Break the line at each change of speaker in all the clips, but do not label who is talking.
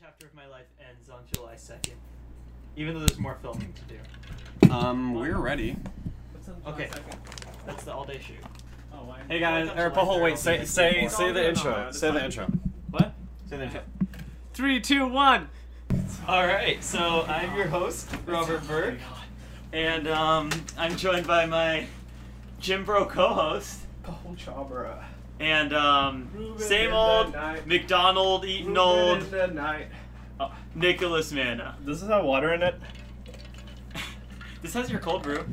chapter of my life ends on July 2nd, even though there's more filming to do.
Um, we're ready.
What's on
Okay.
July 2nd?
That's the all day shoot.
Oh, why?
Hey guys,
Welcome to
or
my
Paul,
third
wait, say
LBC
say
board.
say
No, no,
the
no,
intro.
it's
Say the
fine.
intro.
What?
Say the intro.
Three, two, one.
All right, so I'm your host,
Oh
Robert Burke, and um, I'm joined by my Jim Bro co-host
Paul Chabra.
and um,
Ruben in
same
the
old
night.
McDonald eating old
the night.
Nicholas Manna.
Oh, Does this have water in it?
This has your cold brew.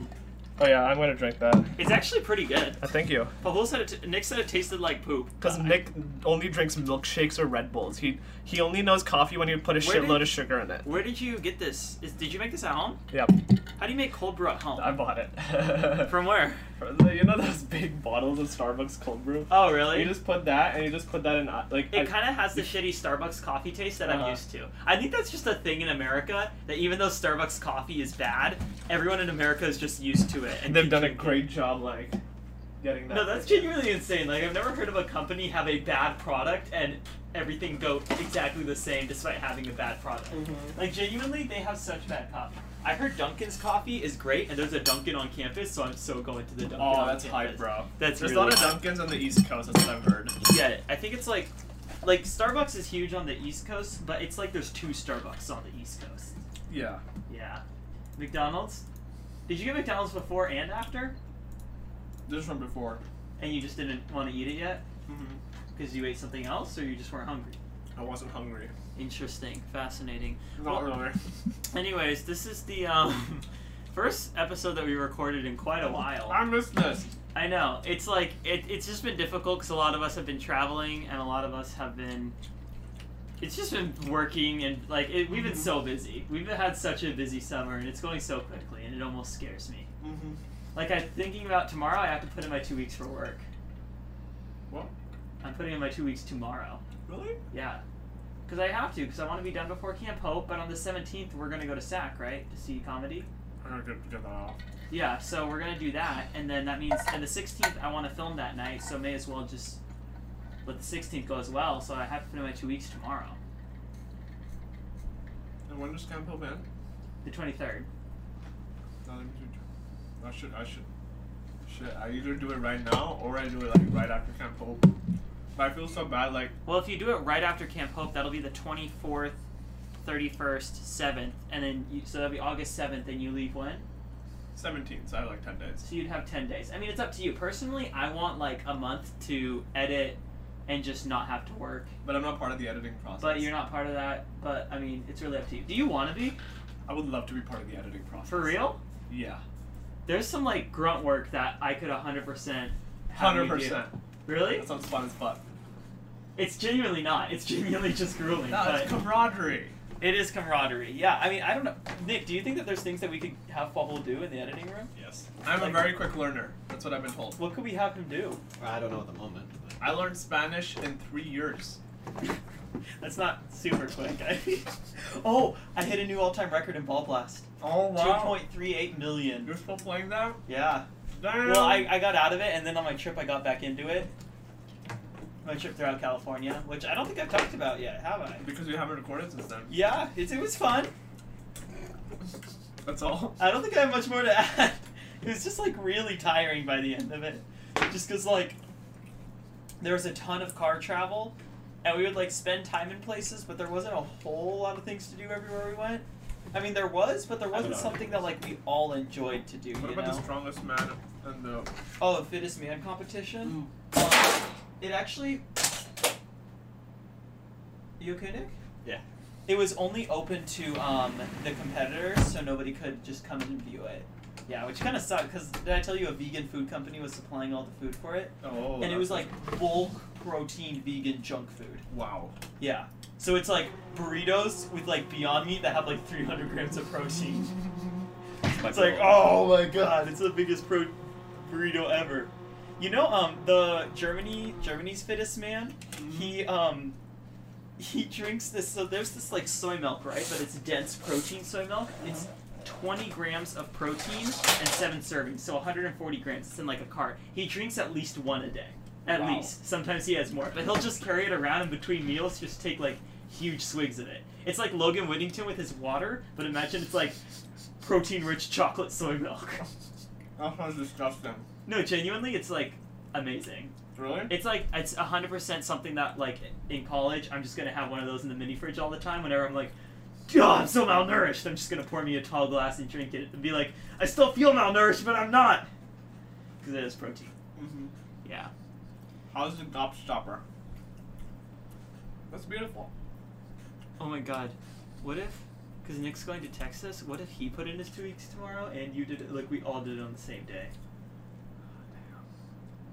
Oh yeah, I'm gonna drink that.
It's actually pretty good.
I thank you.
Pahul said it. T- Nick said it tasted like poop.
Because
Uh,
Nick only drinks milkshakes or Red Bulls. He he only knows coffee when he would put a
Where
shitload
did-
of sugar in it.
Where did you get this? Is, did you make this at home?
Yep,
How do you make cold brew at home?
I bought it.
From where?
From the- you know those big bottles of Starbucks cold brew?
Oh, really?
You just put that and you just put that in uh, like. I-
It kind of has the shitty Starbucks coffee taste that I'm
Uh-huh.
used to. I think that's just a thing in America that even though Starbucks coffee is bad, everyone in America is just used to it. And
They've
keep
done a
drinking.
great job like getting that.
No, that's genuinely insane. Like I've never heard of a company have a bad product and everything go exactly the same despite having a bad product.
Mm-hmm.
Like genuinely, they have such bad coffee. I heard Dunkin's coffee is great, and there's a Dunkin' on campus, so I'm so going to the Dunkin'.
Oh,
on
that's
campus.
hype, bro.
That's
There's
really
a lot of
hype.
Dunkins on the East Coast. That's what I've heard.
Yeah, I think it's like like Starbucks is huge on the East Coast, but it's like there's two Starbucks on the East Coast.
Yeah.
Yeah. McDonald's? Did you get McDonald's before and after?
This one before.
And you just didn't want to eat it yet
Mm-hmm.
because you ate something else or you just weren't hungry?
I wasn't hungry.
Interesting, fascinating.
Not
Well,
really.
anyways, this is the um first episode that we recorded in quite a while.
I missed this.
I know. It's like it, it's just been difficult because a lot of us have been traveling and a lot of us have been. It's just been working and like it, we've been
Mhm.
so busy. We've had such a busy summer and it's going so quickly and it almost scares me.
Mm-hmm.
Like I'm thinking about tomorrow. I have to put in my two weeks for work.
What?
I'm putting in my two weeks tomorrow.
Really?
Yeah. Because I have to, because I want to be done before Camp Hope, but on the 17th, we're going to go to SAC, right? To see comedy?
I'm gonna get, get that off.
Yeah, so we're gonna do that, and then that means, and the 16th, I want to film that night, so may as well just let the 16th go as well. So I have to put in my two weeks tomorrow,
And when does Camp Hill end?
the 23rd.
I should. I should. Shit. I either do it right now or I do it like right after Camp Hill. But I feel so bad. Like
Well, if you do it right after Camp Hope, that'll be the 24th, 31st, 7th, and then you, so that'll be August 7th, and you leave when?
17, so I have like 10 days.
So you'd have 10 days. I mean, it's up to you. Personally, I want like a month to edit and just not have to work.
But I'm not part of the editing process.
But you're not part of that. But I mean, it's really up to you. Do you want to be?
I would love to be part of the editing process.
For real?
Yeah.
There's some like grunt work that I could 100% have you
Hundred
do.
percent.
Really?
That's on spot as fuck.
It's genuinely not. It's genuinely just grueling.
No,
but
it's camaraderie.
it is camaraderie. Yeah, I mean, I don't know. Nick, do you think that there's things that we could have Pahul do in the editing room?
Yes. I'm a
Like-
very quick learner. That's what I've been told.
What could we have him do?
I don't know at the moment.
I learned Spanish in three years.
That's not super quick. I oh, I hit a new all-time record in ball blast.
Oh
2.38 million.
You're still playing that?
Yeah.
Damn.
Well, I, I got out of it, and then on my trip, I got back into it. My trip throughout California, which I don't think I've talked about yet, have I?
because we haven't recorded since then.
Yeah, it, it was fun.
That's all.
I don't think I have much more to add. It was just like really tiring by the end of it. Just because, like, there was a ton of car travel, and we would like spend time in places, but there wasn't a whole lot of things to do everywhere we went. I mean, there was, but there
I don't
wasn't
know.
something that like we all enjoyed to do.
What
you
about
know?
the strongest man and the
Oh, the fittest man competition.
Mm.
Um, It actually. You okay, Nick?
Yeah.
It was only open to um, the competitors, so nobody could just come in and view it. Yeah, which kind of sucked because did I tell you a vegan food company was supplying all the food for it,
oh
and it was like
that's-
bulk protein vegan junk food.
wow.
Yeah, so it's like burritos with like Beyond Meat that have like 300 grams of protein. It's like, oh my god, it's the biggest pro burrito ever. You know, um, the Germany Germany's fittest man, he um he drinks this so there's this like soy milk, right? But it's dense protein soy milk. It's 20 grams of protein and seven servings, so 140 grams. It's in like a cart. He drinks at least one a day. At
Wow.
least. Sometimes he has more. But he'll just carry it around in between meals, just take like huge swigs of it. It's like Logan Whittington with his water, but imagine it's like protein-rich chocolate soy milk.
That sounds disgusting.
No, genuinely, it's like amazing.
Really?
It's like it's hundred percent something that like in college I'm just gonna have one of those in the mini fridge all the time. Whenever I'm like, God, I'm so malnourished. I'm just gonna pour me a tall glass and drink it and be like, I still feel malnourished, but I'm not, because it is protein.
hmm
Yeah,
How's the gobstopper? That's beautiful.
Oh my god. What if, because Nick's going to Texas, what if he put in his two weeks tomorrow and you did it, like we all did it on the same day?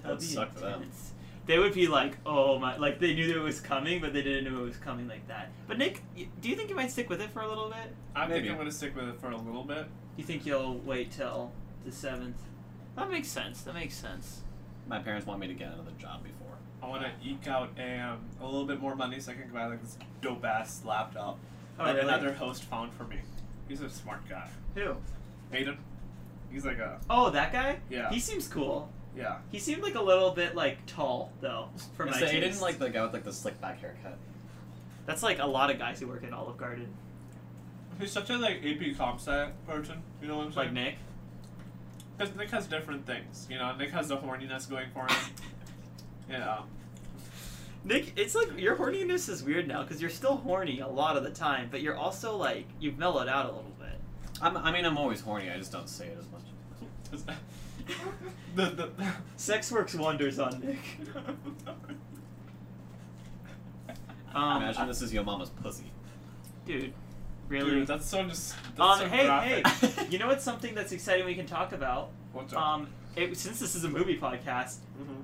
That would
That'd
be
suck for them.
intense. They would be like, oh my, like they knew it was coming, but they didn't know it was coming like that. But Nick, y- do you think you might stick with it for a little bit?
I
Maybe.
think I'm gonna stick with it for a little bit.
You think you'll wait till the 7th? That makes sense. That makes sense.
My parents want me to get another job before.
I want to eke out um, a little bit more money so I can buy like this dope ass laptop
Oh,
that
really?
another host found for me. He's a smart guy.
Who?
Hayden. He's like a
Oh, that guy?
Yeah.
He seems cool.
yeah.
He seemed like a little bit like tall though for my
It's the- he
taste.
didn't like the guy with like the slick back haircut.
That's like a lot of guys who work at Olive Garden.
He's such a like AP Comp Sci person. You know what I'm
Like
saying?
Nick.
Because Nick has different things. You know, Nick has the horniness going for him. yeah.
Nick, it's like your horniness is weird now because you're still horny a lot of the time, but you're also like you've mellowed out a little bit.
I'm, I mean, I'm always horny. I just don't say it as much.
the the.
Sex works wonders on Nick. Um,
Imagine this is your mama's pussy.
dude, really.
Dude, that's so just. That's
um,
so
hey,
graphic.
hey, you know what's something that's exciting we can talk about?
What's up?
Um, it, since this is a movie podcast,
Mhm.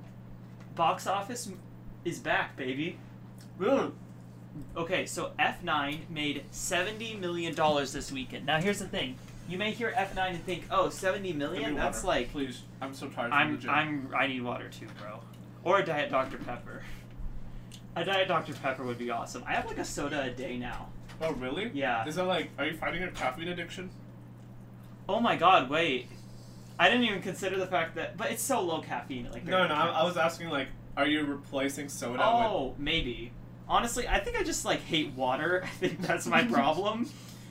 box office m- is back, baby.
Really?
Okay, so F9 made $70 million this weekend. Now, here's the thing. You may hear F9 and think, oh, 70
Give
million?
me
That's
water,
like.
Please, I'm so tired. from
I'm,
the gym.
I'm, I need water too, bro. Or a Diet Dr. Pepper. A Diet Dr. Pepper would be awesome. I have like a soda a day now.
Oh really?
Yeah.
Is that like? Are you fighting a caffeine addiction?
Oh my god, wait. I didn't even consider the fact that. But it's so low caffeine. Like
No, no. I,
30%.
I was asking like, are you replacing soda with?
Oh, maybe. Honestly, I think I just like hate water. I think that's my problem.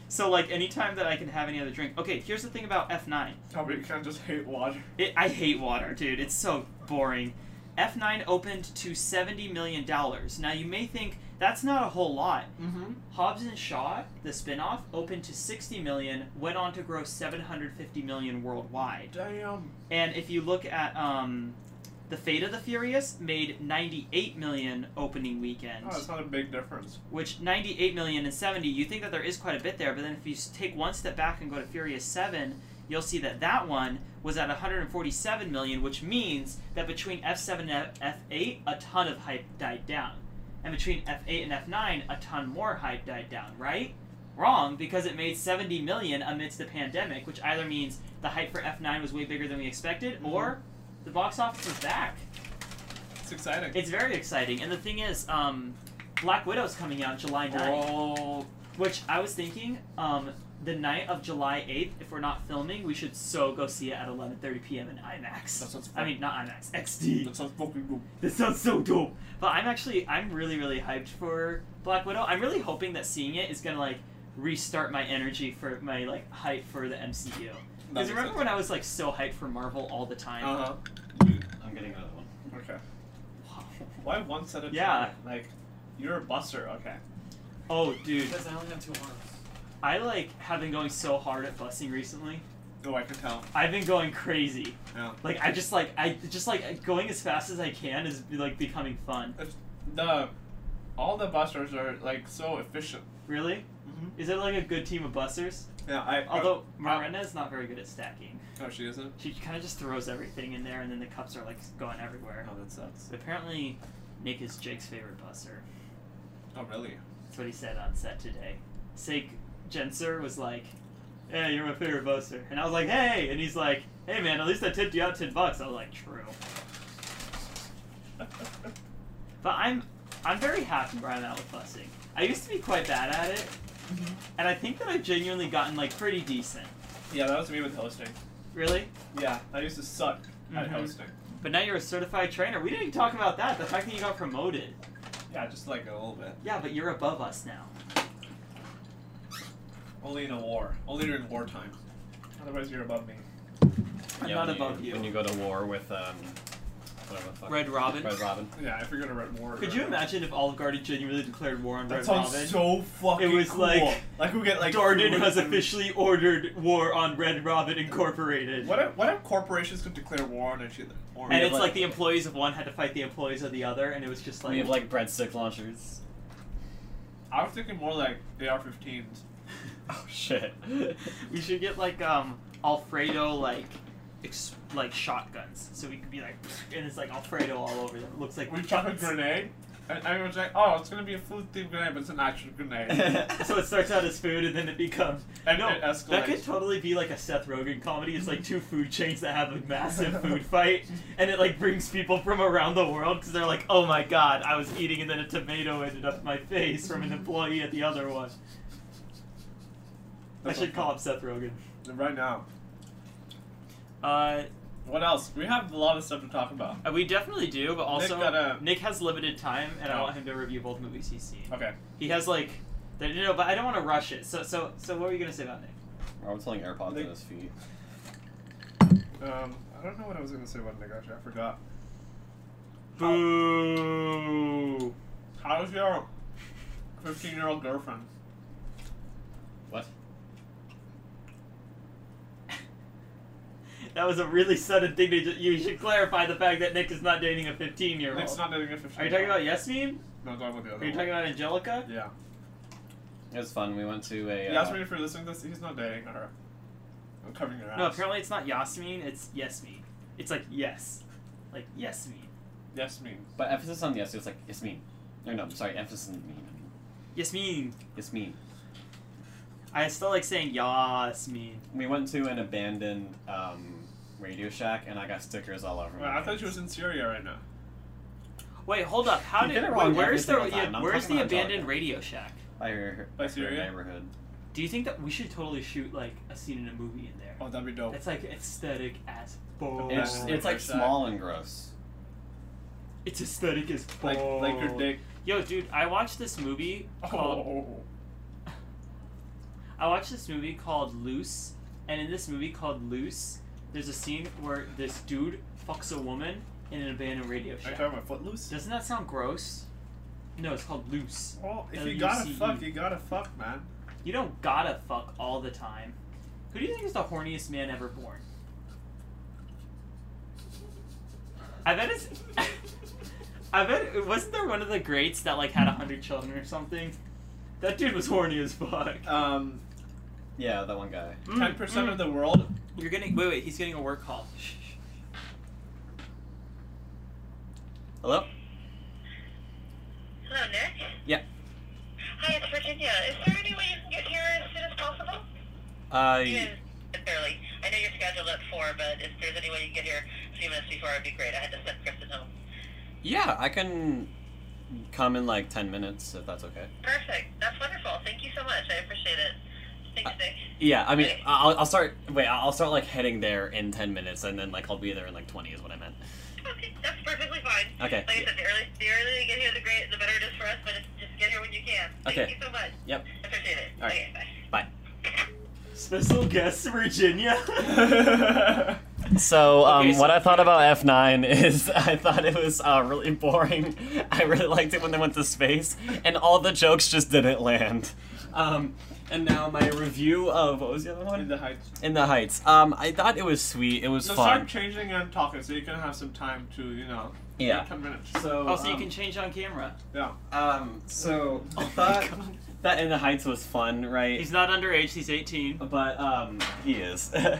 so like anytime that I can have any other drink. Okay, here's the thing about F9.
Tell me you can't just hate water.
It, I hate water, dude. It's so boring. F9 opened to 70 million dollars. Now you may think that's not a whole lot.
Mm-hmm.
Hobbs and Shaw, the spin-off, opened to 60 million, went on to gross 750 million worldwide.
Damn.
And if you look at um, The Fate of the Furious, made 98 million opening weekend,
Oh, it's not a big difference.
which 98 million and 70, you think that there is quite a bit there, but then if you s- take one step back and go to Furious 7, you'll see that that one was at 147 million, which means that between F7 and F8, a ton of hype died down. And between F8 and F9, a ton more hype died down, right? Wrong, because it made 70 million amidst the pandemic, which either means the hype for F9 was way bigger than we expected, or the box office was back.
It's exciting.
It's very exciting. And the thing is, um, Black Widow's coming out July 9th,
oh.
which I was thinking um, the night of July 8th, if we're not filming, we should so go see it at 11.30 p.m. in
That
IMAX.
sounds. Fun.
I mean, not IMAX, XD.
That sounds fucking good.
This sounds so dope. But I'm actually I'm really really hyped for Black Widow. I'm really hoping that seeing it is gonna like restart my energy for my like hype for the MCU. Because remember when I was like so hyped for Marvel all the time?
Uh
I'm getting another one.
huh. Okay.
Wow.
Why one set of
Yeah.
Like, you're a buster. Okay.
Oh dude,
I only have two arms.
I like have been going so hard at busing recently.
Oh, I can tell.
I've been going crazy.
Yeah.
Like I just like I just like going as fast as I can is like becoming fun.
The, all the busters are like so efficient.
Really?
Mm-hmm.
Is it like a good team of busters?
Yeah. I.
Although Marina is not very good at stacking.
No, she isn't.
She kind of just throws everything in there, and then the cups are like going everywhere.
Oh, that sucks.
So apparently, Nick is Jake's favorite buster.
Oh, really?
That's what he said on set today. Sake Jenser was like, "Yeah, you're my favorite buster," and I was like, "Hey!" And he's like, "Hey, man, at least I tipped you out ten bucks." I was like, "True," but I'm I'm very happy where I'm at with busing. I used to be quite bad at it,
Mm-hmm.
and I think that I've genuinely gotten like pretty decent.
yeah, that was me with hosting.
Really?
Yeah, I used to suck at
Mhm.
hosting.
But now you're a certified trainer. We didn't even talk about that. The fact that you got promoted.
Yeah, just like a little bit.
Yeah, but you're above us now.
Only in a war. Only during wartime. Otherwise, you're above me.
I'm
Yeah,
not
when
above you.
When you go to war with um, whatever the fuck.
Red Robin.
Red Robin.
Yeah, if you're gonna red war. uh,
Could you imagine if Olive Garden genuinely declared war on
That
Red
sounds
Robin?
so fucking
It was
cool.
like-
like we get like
Darden has
a fish.
officially ordered war on Red Robin Incorporated.
What if, what if corporations could declare war on each other? Or
And
We
it's
have,
like,
like-
the employees of one had to fight the employees of the other, and it was just like,
We have like breadstick launchers.
I was thinking more like AR-15s.
Oh shit.
we should get like um Alfredo like ex- like shotguns, so we could be like, and it's like Alfredo all over them. It looks like
We chuck a
guns.
grenade, and everyone's like, "Oh, it's gonna be a food-themed grenade, but it's an actual grenade."
So it starts out as food, and then it becomes.
And
No,
it escalates.
That could totally be like a Seth Rogen comedy. It's like two food chains that have a massive food fight, and it like brings people from around the world because they're like, "Oh my god, I was eating, and then a tomato ended up my face from an employee at the other one."
That's
I should
okay.
call up Seth Rogen.
Right now,
Uh,
what else? We have a lot of stuff to talk about.
we definitely do, but also
Nick got a-
Nick has limited time, and I
Oh.
want him to review both movies he's seen.
Okay.
He has like, no, no, but I don't want to rush it. So, so, so, what were you gonna say about Nick?
Robin's holding AirPods
They-
on his feet.
Um, I don't know what I was gonna say about Nick. Actually, I forgot.
Boo.
How's your 15-year-old girlfriend?
What?
That was a really sudden thing to. Ju- you should clarify the fact that Nick is not dating a 15 year
Nick's
old.
not Oh. dating a 15.
Are you talking about Yasmin?
No, I'm talking about the other.
Are you talking about Angelica?
About... Yeah.
It was fun. We went to a.
Yeah.
Uh,
Yasmin, if you're listening to this, he's not dating her. I'm covering your ass.
No, apparently it's not Yasmin. It's Yasmin. It's like yes, like Yasmin.
Yasmin.
But emphasis on yes. It was like it's mean. No, no. Sorry. Emphasis on mean.
Yasmin.
It's mean.
I still like saying Yasmin.
We went to an abandoned um, Radio Shack, and I got stickers all over.
Wait,
my
I thought
hands.
she was in Syria right now.
Wait, hold up. How
You
did?
get it
wait,
wrong
where's the
every single time. I'm
where's
talking
the
about Angelica.
abandoned Radio Shack?
by your,
By
your
Syria?
neighborhood.
Do you think that we should totally shoot like a scene in a movie in there?
Oh, that'd be dope.
It's like aesthetic as fuck.
Yeah.
It's, it's like
Shack.
small and gross.
It's aesthetic as fuck.
Like, like
Oh.
your dick.
Yo, dude, I watched this movie called
Oh.
I watched this movie called Loose, and in this movie called Loose, there's a scene where this dude fucks a woman in an abandoned radio
Are you
shack.
talking about Footloose?
Doesn't that sound gross? No, it's called Loose.
Well, if
LUCE.
you gotta fuck, you gotta fuck, man.
You don't gotta fuck all the time. Who do you think is the horniest man ever born? I bet it's. I bet wasn't there one of the greats that like had a hundred children or something? That dude was horny as fuck.
Um,
Yeah, that one guy.
Mm,
ten percent
mm.
of the world.
You're getting wait wait he's getting a work call. Shh, shh, shh.
Hello.
Hello, Nick.
Yeah.
Hi, it's Virginia. Is there any way you can get here as soon as possible?
Uh,
Yes, barely. I know you're scheduled at four, but if there's any way you can get here a few minutes before, it'd be great. I had to send Kristen home.
yeah, I can come in like ten minutes if that's okay.
Perfect. That's wonderful. Thank you so much. I appreciate it. Thanks,
Uh,
Nick.
Yeah, I mean, I'll, I'll start. Wait, I'll start like heading there in ten minutes, and then like I'll be there in like twenty is what I meant.
Okay, that's perfectly fine.
Okay.
Like I said, the earlier, the earlier you get here, the great, the better it is for us. But it's, just get here when you can. Thank
Okay.
you so much.
Yep.
I appreciate it.
All right.
Okay, bye.
Bye.
Special guest Virginia. Oh,
So, um,
Okay, so-
what I thought about F nine is I thought it was uh, really boring. I really liked it when they went to space, and all the jokes just didn't land. Um, and now my review of what was the other
In
one?
the heights.
In the Heights. Um, I thought it was sweet. It was
So
fun.
start changing and talking, so you can have some time to, you know,
Yeah.
ten minutes.
So,
oh, so you
um,
can change on camera.
Yeah.
Um, so I
Oh my
thought that In the Heights was fun, right?
He's not underage. He's 18.
but um, he is. but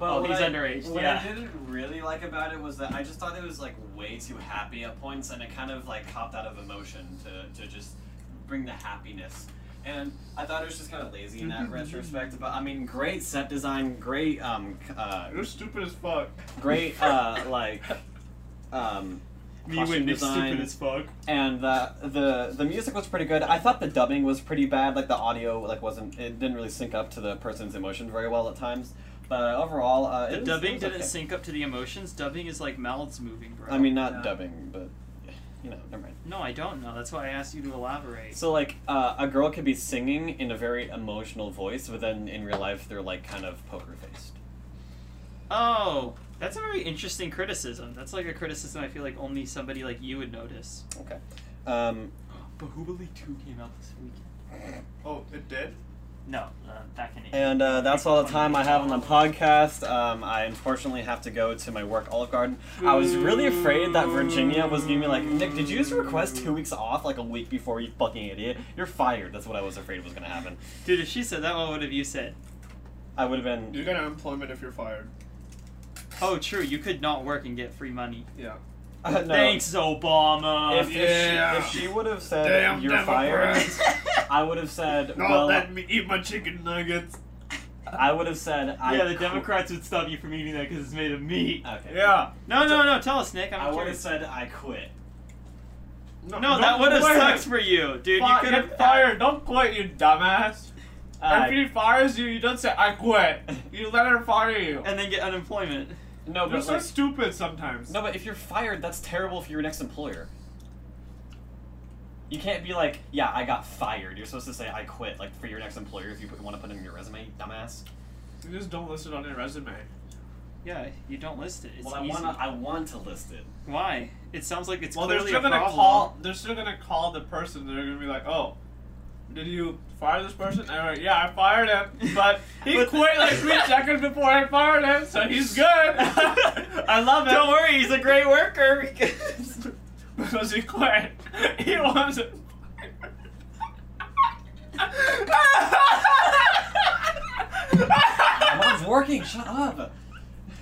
Oh,
what
he's
I-
underage,
What
yeah.
I didn't really like about it was that I just thought it was like way too happy at points, and it kind of like hopped out of emotion to to just bring the happiness. And I thought it was just kind of lazy in that retrospect. But I mean, great set design, great um, c- uh,
You're stupid as fuck.
great uh, like um,
Me
costume
when Nick's
design
stupid as fuck.
and the, the the music was pretty good. I thought the dubbing was pretty bad. Like the audio like wasn't it didn't really sync up to the person's emotions very well at times. But overall, uh, it
The
was-
dubbing
it was
didn't
okay.
sync up to the emotions. Dubbing is like mouths moving, bro.
I mean, not
Yeah.
dubbing, but you know, never mind.
No, I don't know. That's why I asked you to elaborate.
So like uh, a girl could be singing in a very emotional voice, but then in real life they're like kind of poker faced.
Oh, that's a very interesting criticism. That's like a criticism I feel like only somebody like you would notice.
Okay. Um,
Bahubali 2 came out this weekend.
Oh, it did?
No, uh, back in April.
and uh, that's all the time I have on the podcast. Um, I unfortunately have to go to my work, Olive Garden. I was really afraid that Virginia was gonna be like, Nick, did you just request two weeks off like a week before? You fucking idiot! You're fired. That's what I was afraid was gonna happen.
Dude, if she said that, what would have you said?
I would have been
You get unemployment if you're fired.
Oh, true. You could not work and get free money.
Yeah.
Uh, no.
Thanks, Obama.
If,
Yeah.
if she, if she would have said
Damn
you're
Democrats.
fired, I would have said
Not
well,
let me eat my chicken nuggets.
I would have said I
yeah, the
qu-
Democrats would stop you from eating that because it's made of meat.
Okay.
Yeah.
No, no, no. Tell us, Nick.
I
I'm
would
curious.
have said I quit.
No, that
don't
would have
quit.
sucked for you, dude. You
Fi-
could
get
have
fired. Don't quit, you dumbass.
Uh,
if he fires you, you don't say I quit. You let her fire you.
and then get unemployment.
Uh, no,
You're
but
so
like,
stupid sometimes.
no, but if you're fired, that's terrible for your next employer. You can't be like, yeah, I got fired. You're supposed to say I quit, like for your next employer if you put, want to put it in your resume, you dumbass.
You just don't list it on your resume.
Yeah, you don't list it. It's
well, I
easy.
wanna, I want to list it.
Why? It sounds like it's
well, they're
clearly
still
a
gonna
problem.
call. They're still gonna call the person. They're gonna be like, oh. Did you fire this person? And I'm like, yeah, I fired him, but he
But-
quit like three seconds before I fired him, so he's good. I love it.
Don't worry, he's a great worker. Because
Because he quit. He wasn't.
I'm not working. Shut up.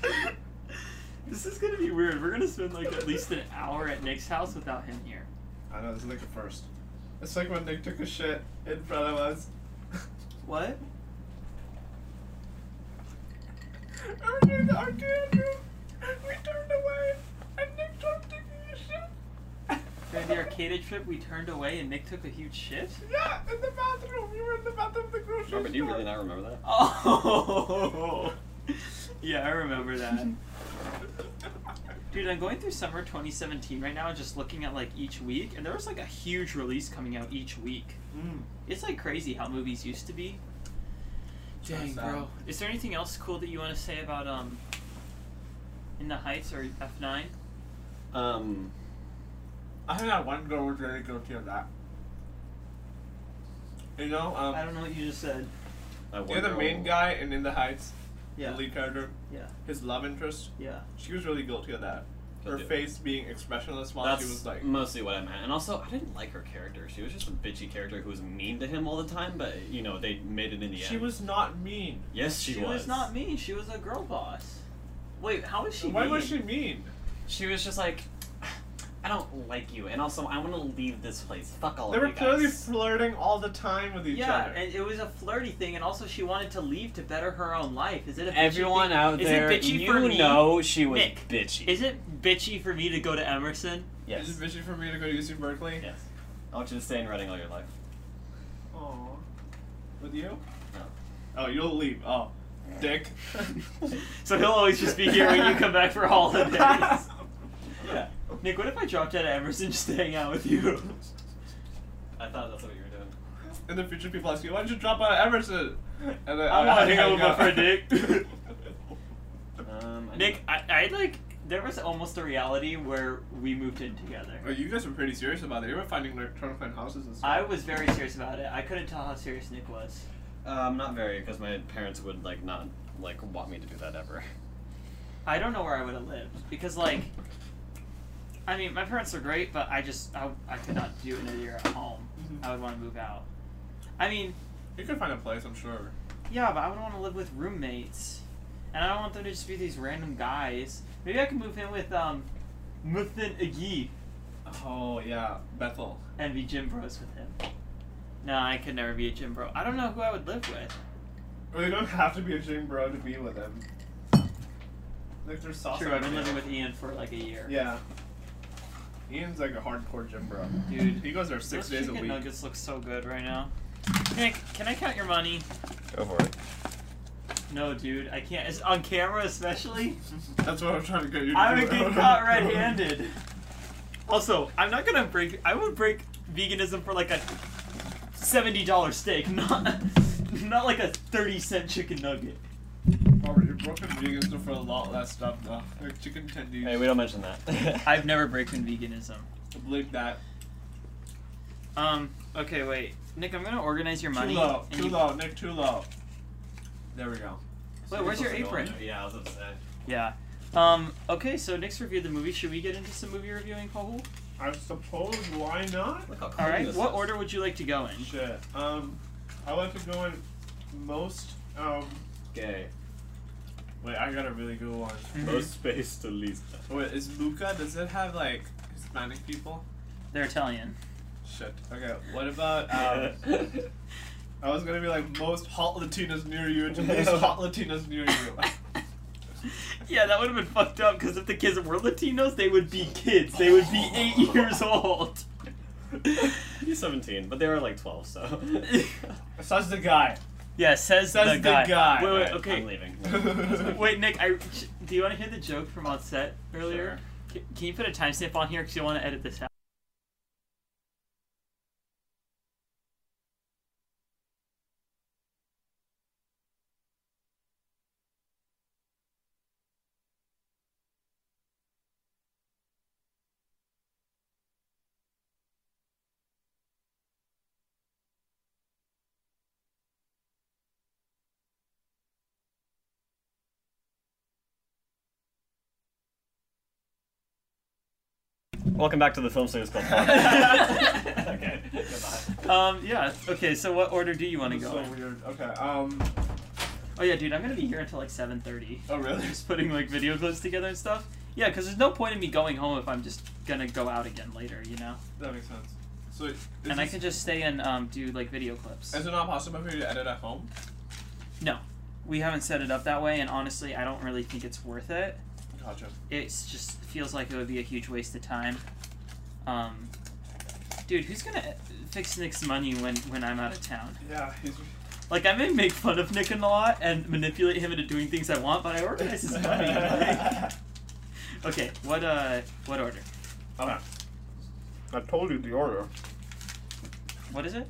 this is gonna be weird. We're gonna spend like at least an hour at Nick's house without him here.
I know, it's like a first. It's like when Nick took a shit in front of us.
What?
Everything in our bedroom, we turned away, and Nick started taking a shit.
During the arcade trip, we turned away and Nick took a huge shit.
Yeah, in the bathroom. We were in the bathroom of the grocery
Robert, do you
store.
really not remember that?
Oh. yeah, I remember that. Dude, I'm going through summer 2017 right now, just looking at like each week, and there was like a huge release coming out each week.
Mm.
It's like crazy how movies used to be.
Dang, bro.
Is there anything else cool that you want to say about um, In the Heights or F9?
Um,
I think that one girl was really guilty of that. You know, um,
I don't know what you just said.
I
you know the
wonder-
main guy in In the Heights,
Yeah.
Lee Carter,
Yeah.
his love interest.
Yeah.
She was really guilty of that. Her
Guilty.
face being expressionless while
That's
she was like,
mostly what I meant. And also, I didn't like her character. She was just a bitchy character who was mean to him all the time, but, you know, they made it in the
she
end.
was not mean.
Yes, she,
was. not mean. She was a girl boss. Wait, how is she?
Why
mean?
was she mean?
She was just like, I don't like you, and also, I want to leave this place. Fuck all
They
of
were
you
clearly
guys.
flirting all the time with each
Yeah,
other.
and it was a flirty thing, and also she wanted to leave to better her own life. Is it a bitchy
Everyone
thing?
out
Is it
there,
bitchy
you
for me?
know she was
Nick,
bitchy.
Is it bitchy for me to go to Emerson?
yes.
Is it bitchy for me to go to UC Berkeley?
yes. I want you to stay in Reading all your life.
Aww. With you?
No.
Oh, you'll leave. Oh, dick.
So he'll always just be here when you come back for holidays.
Yeah.
Nick, what if I dropped out of Emerson just to hang out with you?
I thought that's what you were doing.
In the future, people ask you, why'd you drop out of Emerson? And then,
I wanna hang out with my friend Nick.
Um, I
Nick, I, I like. There was almost a reality where we moved in together.
oh, you guys were pretty serious about it. You were finding, like, trying to find houses and stuff.
I was very serious about it. I couldn't tell how serious Nick was.
Um, not very, because my parents would like not like want me to do that ever.
I don't know where I would have lived because, like, I mean, my parents are great, but I just I, I could not do another year at home.
Mhm.
I would want to move out. I mean,
You could find a place, I'm sure.
yeah, but I would want to live with roommates, and I don't want them to just be these random guys. Maybe I could move in with um, Muthin Agi
Oh, yeah. Bethel.
and be gym bros with him. No, I could never be a gym bro. I don't know who I would live with.
Well, you don't have to be a gym bro to be with him. Like, there's sauce.
True, I've been living with Ian for like a year.
Yeah. Ian's like a hardcore gym bro.
Dude,
He goes there six
Those
days a
chicken
week.
Nuggets look so good right now. Nick, can I count your money?
Go for it.
No, dude, I can't. It's on camera, especially.
That's what I'm trying to get you to
I
do.
would get caught red-handed. Also, I'm not gonna break. I would break veganism for like a seventy dollar steak, not not like a thirty cent chicken nugget.
Robert, you're broken vegans for a lot less stuff though. Like chicken tendies.
Hey, we don't mention that.
I've never broken veganism.
Believe that.
Um. Okay. Wait, Nick. I'm gonna organize your money.
Too low.
and
Too
you-
low. Nick, too low.
There we go.
Wait, where's your apron?
Yeah, I was upset.
Yeah. Um. Okay. So Nick's reviewed the movie. Should we get into some movie reviewing, Paul?
I suppose why not?
Look how clean
All right.
this
What
is.
order would you like to go in?
Shit. Um, I like to go in most. Um,
Gay.
wait, I got a really good one.
Mhm.
space to least.
Wait, is Luca? Does it have like Hispanic people?
They're Italian.
Shit. Okay. What about? Um, I was gonna be like most hot Latinas near you to least hot Latinas near you.
Yeah, that would have been fucked up because if the kids were Latinos, they would be kids. They would be eight years old.
He's 17, but they were like 12, so.
Such the guy.
Yeah, says,
Says
the,
the
guy.
guy.
Wait, wait,
Alright, I'm
okay.
leaving.
Wait, Nick, I, sh- do you want to hear the joke from on set earlier? C- Can you put a timestamp on here because you want to edit this out?
Welcome back to the film series called
okay. Goodbye.
Um, yeah. Okay, so what order do you want to
This is
go?
so
in?
weird. Okay. Um.
Oh yeah, dude, I'm gonna be here until like 7:30.
Oh really?
Just putting like video clips together and stuff. Yeah, because there's no point in me going home if I'm just gonna go out again later, you know.
That makes sense. So. Is
and I
this-
can just stay and um, do like video clips.
Is it not possible for you to edit at home?
No, we haven't set it up that way, and honestly, I don't really think it's worth it.
Gotcha.
It just feels like it would be a huge waste of time. Um, dude, who's gonna uh, fix Nick's money when when I'm out of town?
Yeah. He's.
Like I may make fun of Nick a lot and manipulate him into doing things I want, but I organize his money. okay, what uh, what order?
I told you the order.
What is it?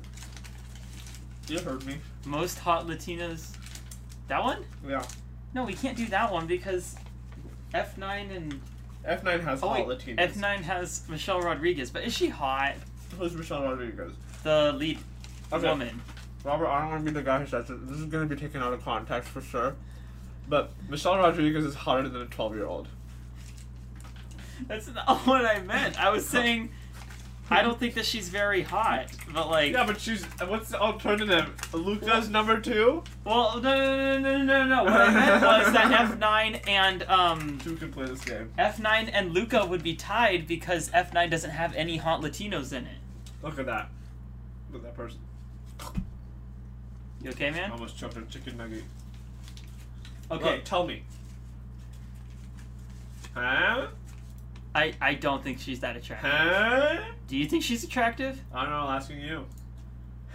you heard me.
Most hot Latinas. That one?
Yeah.
No, we can't do that one because F9 and
F nine has
Oh,
all
wait,
Latinas.
F9 has Michelle Rodriguez, but is she hot?
Who's Michelle Rodriguez?
The lead
Okay.
woman.
Robert, I don't want to be the guy who says it. This is going to be taken out of context for sure. But Michelle Rodriguez is hotter than a 12 year old.
That's not what I meant. I was saying, I don't think that she's very hot, but like,
Yeah, but she's. uh, What's the alternative? Luca's number two?
well, no, no, no, no, no, no, no. What I meant was that F9 and um.
Two can play this game.
F9 and Luca would be tied because F9 doesn't have any hot Latinos in it.
Look at that. Look at that person.
You okay, man?
Almost choked on chicken nugget.
Okay.
Um, Look, tell me. Huh?
I, I don't think she's that attractive.
Huh?
Do you think she's attractive?
I don't know, I'm asking you.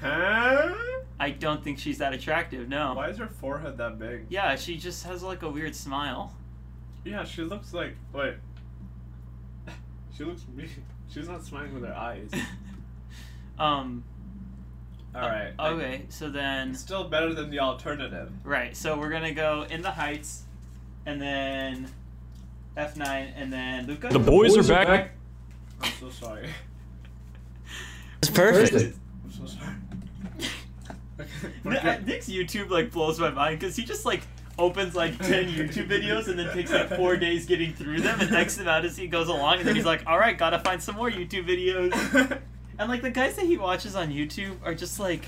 Huh?
I don't think she's that attractive, no.
Why is her forehead that big?
Yeah, she just has like a weird smile.
Yeah, she looks like. Wait. She looks mean. She's not smiling with her eyes.
um
All right.
okay, so then
It's still better than the alternative.
right, so we're gonna go in the heights and then F nine and then Luca.
The boys, are, back.
I'm so sorry.
It's perfect.
I'm so sorry.
N- uh, Nick's YouTube like blows my mind because he just like opens like ten YouTube videos and then takes like four days getting through them and types them out as he goes along and then he's like, All right, gotta find some more YouTube videos. And like the guys that he watches on YouTube are just like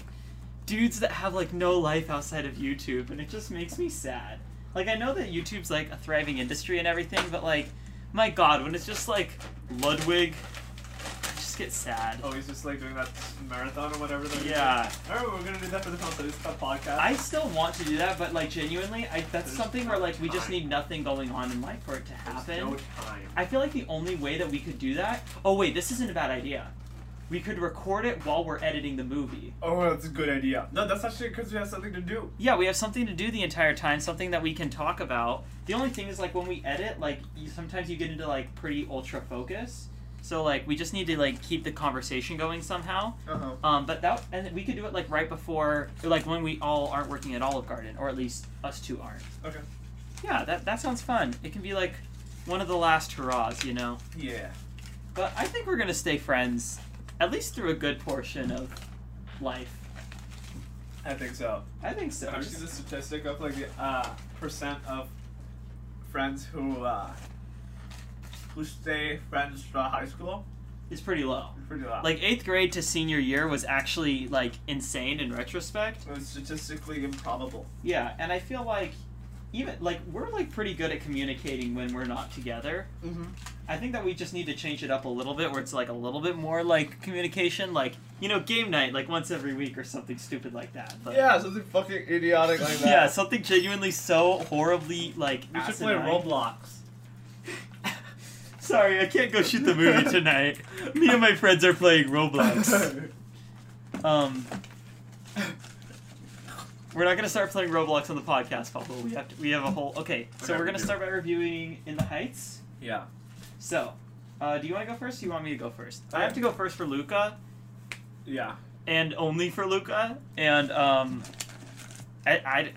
dudes that have like no life outside of YouTube, and it just makes me sad. Like I know that YouTube's like a thriving industry and everything, but like, my God, when it's just like Ludwig, I just get sad.
oh, he's just like doing that marathon or whatever. That
Yeah,
All right, we're gonna do that for the Consulate Cup podcast.
I still want to do that, but like genuinely, I that's something where like we just need nothing going on in life for it to
There's no
happen.
time.
I feel like the only way that we could do that. Oh wait, this isn't a bad idea. We could record it while we're editing the movie.
Oh, that's a good idea. No, that's actually because we have something to do.
Yeah, we have something to do the entire time, something that we can talk about. The only thing is like when we edit, like you, sometimes you get into like pretty ultra focus, So like we just need to like keep the conversation going somehow.
Uh-huh.
Um, but that and we could do it like right before, or, like when we all aren't working at Olive Garden, or at least us two aren't.
Okay.
Yeah, that that sounds fun. It can be like one of the last hurrahs, you know.
Yeah.
But I think we're gonna stay friends, at least through a good portion of life.
I think so.
I think so.
I've seen the statistic of like the uh, percent of friends who uh, who stay friends from high school.
It's pretty low.
It's pretty low.
Like eighth grade to senior year was actually like insane in retrospect.
it was statistically improbable.
Yeah, and I feel like even like we're like pretty good at communicating when we're not together.
Mm-hmm.
I think that we just need to change it up a little bit where it's like a little bit more like communication, like you know, game night, like once every week or something stupid like that. But,
Yeah, something fucking idiotic like that.
yeah, something genuinely so horribly like.
we should play
asinine.
Roblox.
Sorry, I can't go shoot the movie tonight. Me and my friends are playing Roblox. Um, we're not gonna start playing Roblox on the podcast, Pablo. We have to, we have a whole okay. So
Okay,
we're
we
gonna
do.
start by reviewing In the Heights.
yeah.
So, uh, do you want to go first? Or you want me to go first? I have to go first for Luca,
Yeah.
and only for Luca, and um, I I.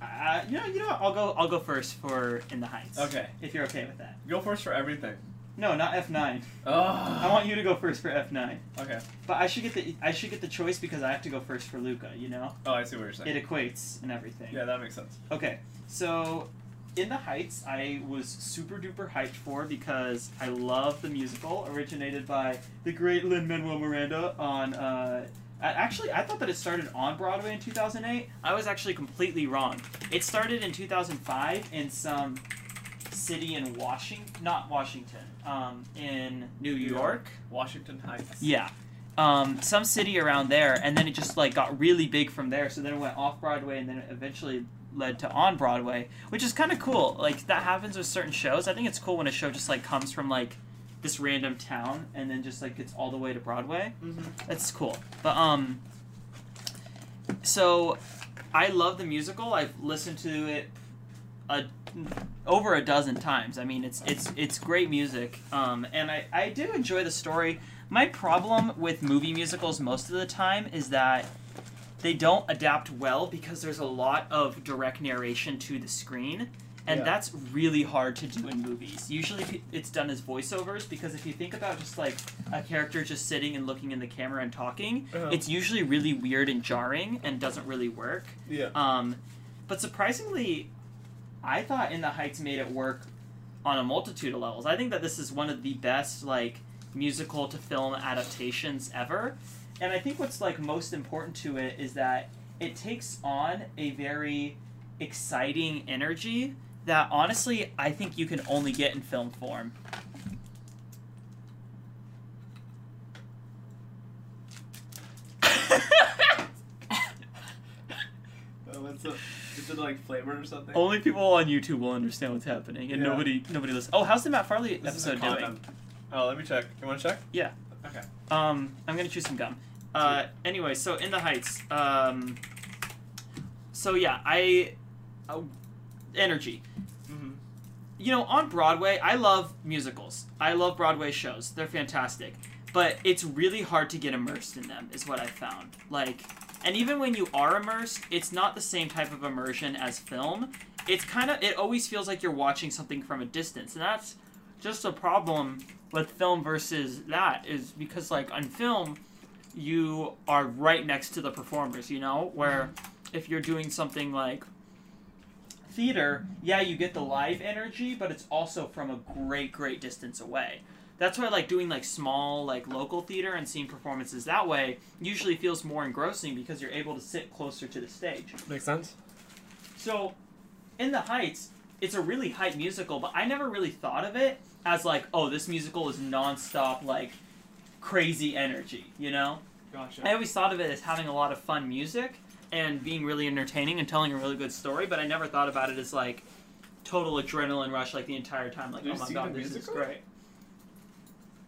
I uh, you know, you know, what? I'll go. I'll go first for In the Heights.
Okay.
If you're okay with that.
Go first for everything.
No, not F nine.
Oh.
I want you to go first for F nine.
Okay.
But I should get the I should get the choice because I have to go first for Luca. You know.
Oh, I see what you're saying.
it equates and everything.
yeah, that makes sense.
Okay, so In the Heights, I was super duper hyped for because I love the musical, originated by the great Lin Manuel Miranda on. Uh, a- Actually, I thought that it started on Broadway in 2008. I was actually completely wrong. It started in 2005 in some city in Washington, not Washington, um, in New York.
Washington Heights.
Yeah. Um, some city around there, and then it just like got really big from there. So then it went off Broadway, and then it eventually led to on Broadway, which is kind of cool. Like that happens with certain shows. I think it's cool when a show just like comes from like this random town and then just like gets all the way to Broadway. That's cool. But um, so I love the musical. I've listened to it a over a dozen times. I mean, it's it's it's great music, um, and I I do enjoy the story. My problem with movie musicals most of the time is that they don't adapt well because there's a lot of direct narration to the screen. And
Yeah.
that's really hard to do in movies. Usually pe- it's done as voiceovers because if you think about just like a character just sitting and looking in the camera and talking,
Uh-huh.
it's usually really weird and jarring and doesn't really work.
Yeah.
Um, but surprisingly, I thought In the Heights made it work on a multitude of levels. I think that this is one of the best like musical to film adaptations ever. And I think what's like most important to it is that it takes on a very exciting energy that honestly I think you can only get in film form.
Uh, what's the, is it like flavored or something?
Only people on YouTube will understand what's happening, and
Yeah.
nobody nobody listens. Oh, how's the Matt Farley
This is a
episode doing?
condom. Oh, let me check. You want to check?
Yeah.
Okay.
Um, I'm gonna chew some gum. Uh, anyway, so in the heights. Um, so yeah, I, uh, energy.
Mm-hmm.
You know, on Broadway, I love musicals. I love Broadway shows. They're fantastic, but it's really hard to get immersed in them, is what I found. Like, and even when you are immersed, it's not the same type of immersion as film. It's kind of it always feels like you're watching something from a distance, and that's just a problem with film versus that is because like on film you are right next to the performers you know where if you're doing something like theater yeah you get the live energy but it's also from a great great distance away that's why I like doing like small like local theater and seeing performances that way usually feels more engrossing because you're able to sit closer to the stage
Makes sense.
so, in the Heights, it's a really hype musical, but I never really thought of it as like, oh, this musical is nonstop like crazy energy. You know,
Gotcha.
I always thought of it as having a lot of fun music and being really entertaining and telling a really good story, but I never thought about it as like total adrenaline rush like the entire time. Like,
Have you
oh my
seen
god,
the
this
musical?
is great.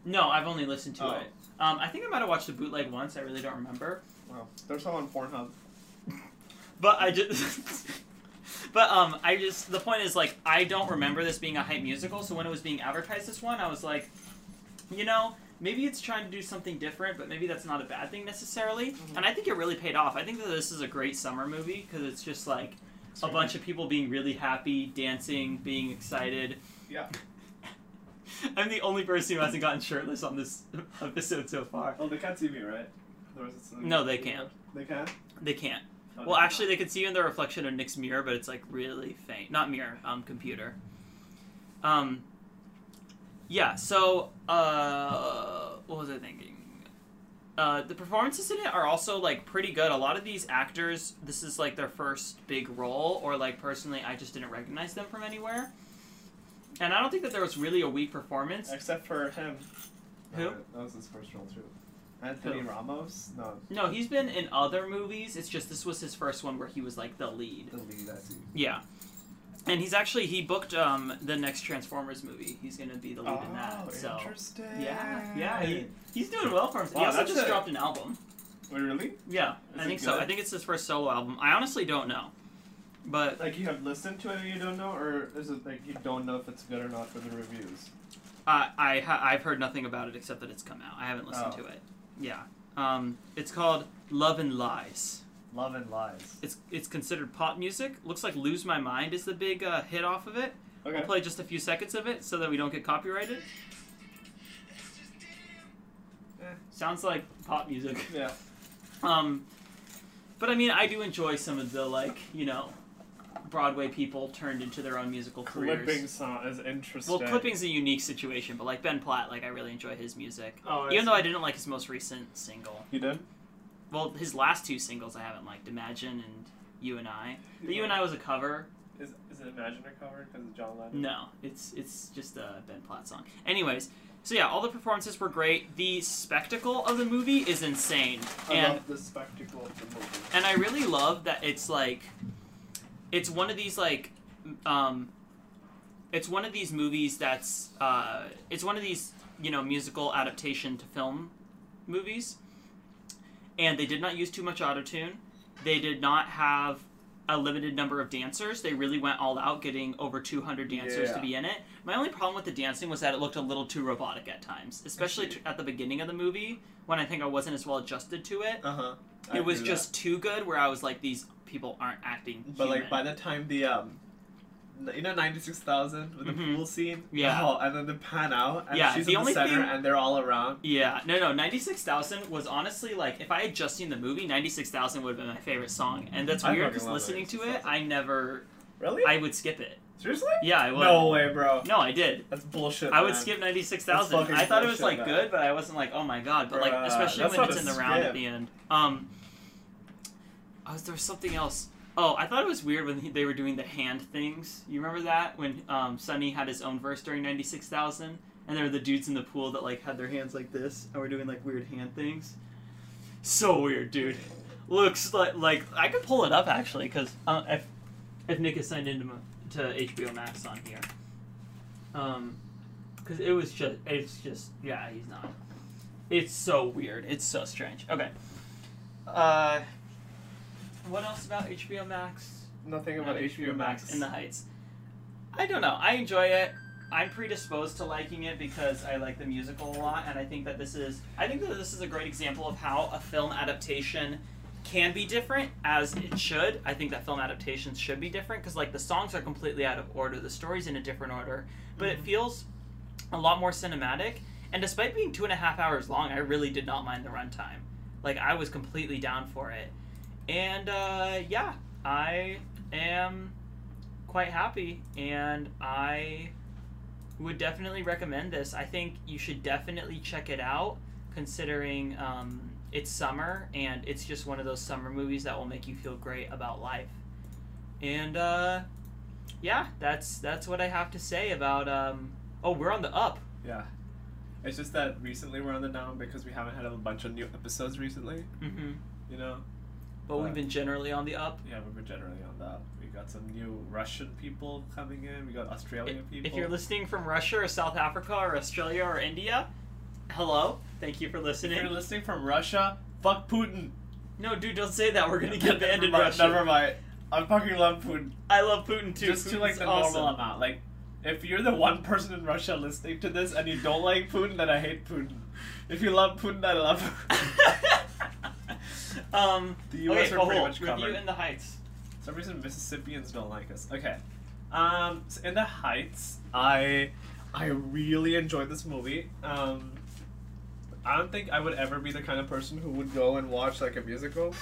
No, I've only listened to
Oh.
it. Um, I think I might have watched the bootleg once. I really don't remember.
Wow. There's some on Pornhub.
But I just But um, I just the point is like I don't remember this being a hype musical. So when it was being advertised as one, I was like, you know, maybe it's trying to do something different, but maybe that's not a bad thing necessarily. And I think it really paid off. I think that this is a great summer movie because it's just like a bunch of people being really happy, dancing, being excited.
Yeah.
I'm the only person who hasn't gotten shirtless on this episode so far.
Oh, they can't see me, right? Otherwise it's in the-
No, they can't.
They can.
They can't.
Oh,
Well,
they
actually, they could see you in the reflection of Nick's mirror, but it's like really faint. Not mirror, um, computer. Um, yeah. So, uh, what was I thinking? Uh, the performances in it are also like pretty good. A lot of these actors, this is like their first big role, or like personally, I just didn't recognize them from anywhere. And I don't think that there was really a weak performance.
Except for him.
Who?
that was his first role too. Anthony
Who?
Ramos? No,
No, he's been in other movies. It's just this was his first one where he was like the lead.
the lead I see.
Yeah. And he's actually he booked um the next Transformers movie. He's gonna be the lead in that. So
Oh, interesting.
yeah, yeah, he, he's doing well for himself.
Wow,
he also
that's
just
a-
dropped an album.
Wait, really?
Yeah,
Is
I
it
think so.
good?
I think it's his first solo album. I honestly don't know, but
Like you have listened to it and you don't know, or is it like you don't know if it's good or not for the reviews?
I I ha- I've heard nothing about it except that it's come out. I haven't listened
Oh.
to it. Yeah, um, it's called Love and Lies.
Love and Lies.
It's it's considered pop music. Looks like Lose My Mind is the big uh, hit off of it.
Okay.
I'll play just a few seconds of it so that we don't get copyrighted.
Eh.
Sounds like pop music.
Yeah.
Um, but I mean, I do enjoy some of the like you know, Broadway people turned into their own musical careers.
Clipping sound is interesting.
Well, clipping's a unique situation, but like Ben Platt, like I really enjoy his music.
Oh,
Even though I didn't like his most recent single,
You did?
well, his last two singles I haven't liked, Imagine and You and I. But You and I was a cover.
Is, is it Imagine a cover because of John Lennon?
No, it's it's just a Ben Platt song. Anyways, so yeah, all the performances were great. The spectacle of the movie is insane,
I
and
love the spectacle of the movie.
and I really love that it's like, it's one of these like, um, it's one of these movies that's uh, it's one of these you know musical adaptation to film movies, and they did not use too much auto tune. They did not have a limited number of dancers. They really went all out, getting over 200 dancers to
Yeah.
be in it. My only problem with the dancing was that it looked a little too robotic at times, especially t- at the beginning of the movie when I think I wasn't as well adjusted to it
Uh huh.
Uh-huh. it was just too good where I was like, these people aren't acting.
But like
human.
by the time the um, n- you know ninety six thousand with
Mhm.
the pool scene.
Yeah.
Oh, and then the pan out, and
Yeah,
she's
the
in
only
the center,
thing-
and they're all around.
yeah, no, no, ninety six thousand was honestly like if I had just seen the movie, ninety six thousand would have been my favorite song, and that's
I
weird
fucking
because
love
listening to it,
96,000.
I never,
Really?
I would skip it.
Seriously?
Yeah, I would.
No way, bro.
No, I did.
That's bullshit.
I would
man.
skip ninety six thousand.
That's fucking
I thought it was like
bullshit, man.
good, but I wasn't like, oh my god. But like,
Bruh,
especially
that's
when
not
it's
a
in the round at
skip.
the end. Um, I was there was something else. Oh, I thought it was weird when he- they were doing the hand things. You remember that when um, Sonny had his own verse during ninety six thousand, and there were the dudes in the pool that like had their hands like this and were doing like weird hand things. So weird, dude. Looks like like I could pull it up actually because uh, if if Nick is signed into my, to HBO Max on here. Um, because it was just it's just yeah he's not it's so weird it's so strange okay uh what else about hbo max
Nothing about
Not
HBO Max.
in the heights i don't know i enjoy it i'm predisposed to liking it because i like the musical a lot and i think that this is i think that this is a great example of how a film adaptation can be different as it should i think that film adaptations should be different because like the songs are completely out of order the story's in a different order but it feels a lot more cinematic. And despite being two and a half hours long, I really did not mind the runtime. Like I was completely down for it. And uh, yeah, I am quite happy, and I would definitely recommend this. I think you should definitely check it out, considering um, it's summer and it's just one of those summer movies that will make you feel great about life. And uh, yeah, that's that's what I have to say about. Um, oh, we're on the up.
Yeah. It's just that recently we're on the down because we haven't had a bunch of new episodes recently.
Mm-hmm.
You know.
But we've been generally on the up.
Yeah, but we're generally on that. We got some new Russian people coming in. We got Australian people.
If you're listening from Russia or South Africa or Australia or India, hello. Thank you for
If you're
listening.
listening from Russia, fuck Putin.
No, dude, don't say that. We're gonna get banned in
Never
Russia.
mind. I fucking love Putin.
I love Putin too.
Just to like
Putin's
the
awesome.
normal amount. Like, if you're the one person in Russia listening to this and you don't like Putin, then I hate Putin. If you love Putin, I love.
um,
The US
okay,
are pretty
Pahul,
much
review
covered.
in the heights.
For some reason Mississippians don't like us. Okay. Um, so in the Heights, I I really enjoyed this movie. Um, I don't think I would ever be the kind of person who would go and watch like a musical.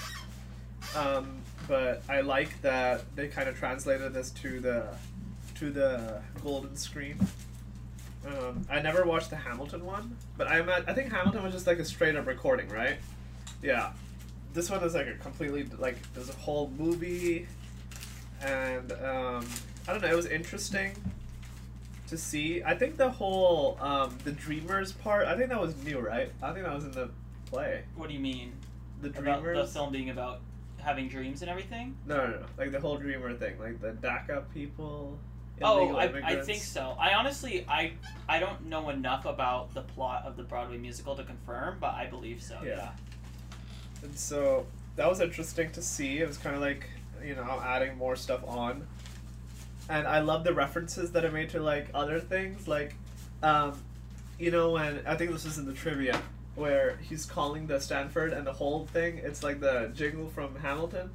Um, but I like that they kind of translated this to the to the golden screen. Um, I never watched the Hamilton one, but I ima- I think Hamilton was just like a straight up recording, right? Yeah. This one is like a completely like there's a whole movie, and um, I don't know. It was interesting to see. I think the whole um, the dreamers part. I think that was new, right? I think that was in the play.
What do you mean
The
about the
dreamers.
film being about having dreams and everything?
No, no, no. Like the whole dreamer thing, like the DACA people.
Oh,
illegal
I, I
immigrants.
think so. I honestly, I I don't know enough about the plot of the Broadway musical to confirm, but I believe so.
Yeah.
Yeah.
And so that was interesting to see. It was kind of like, you know, adding more stuff on. And I love the references that I made to like other things, like, um, you know, when I think this was in the trivia where he's calling the Stanford and the whole thing. It's like the jingle from Hamilton.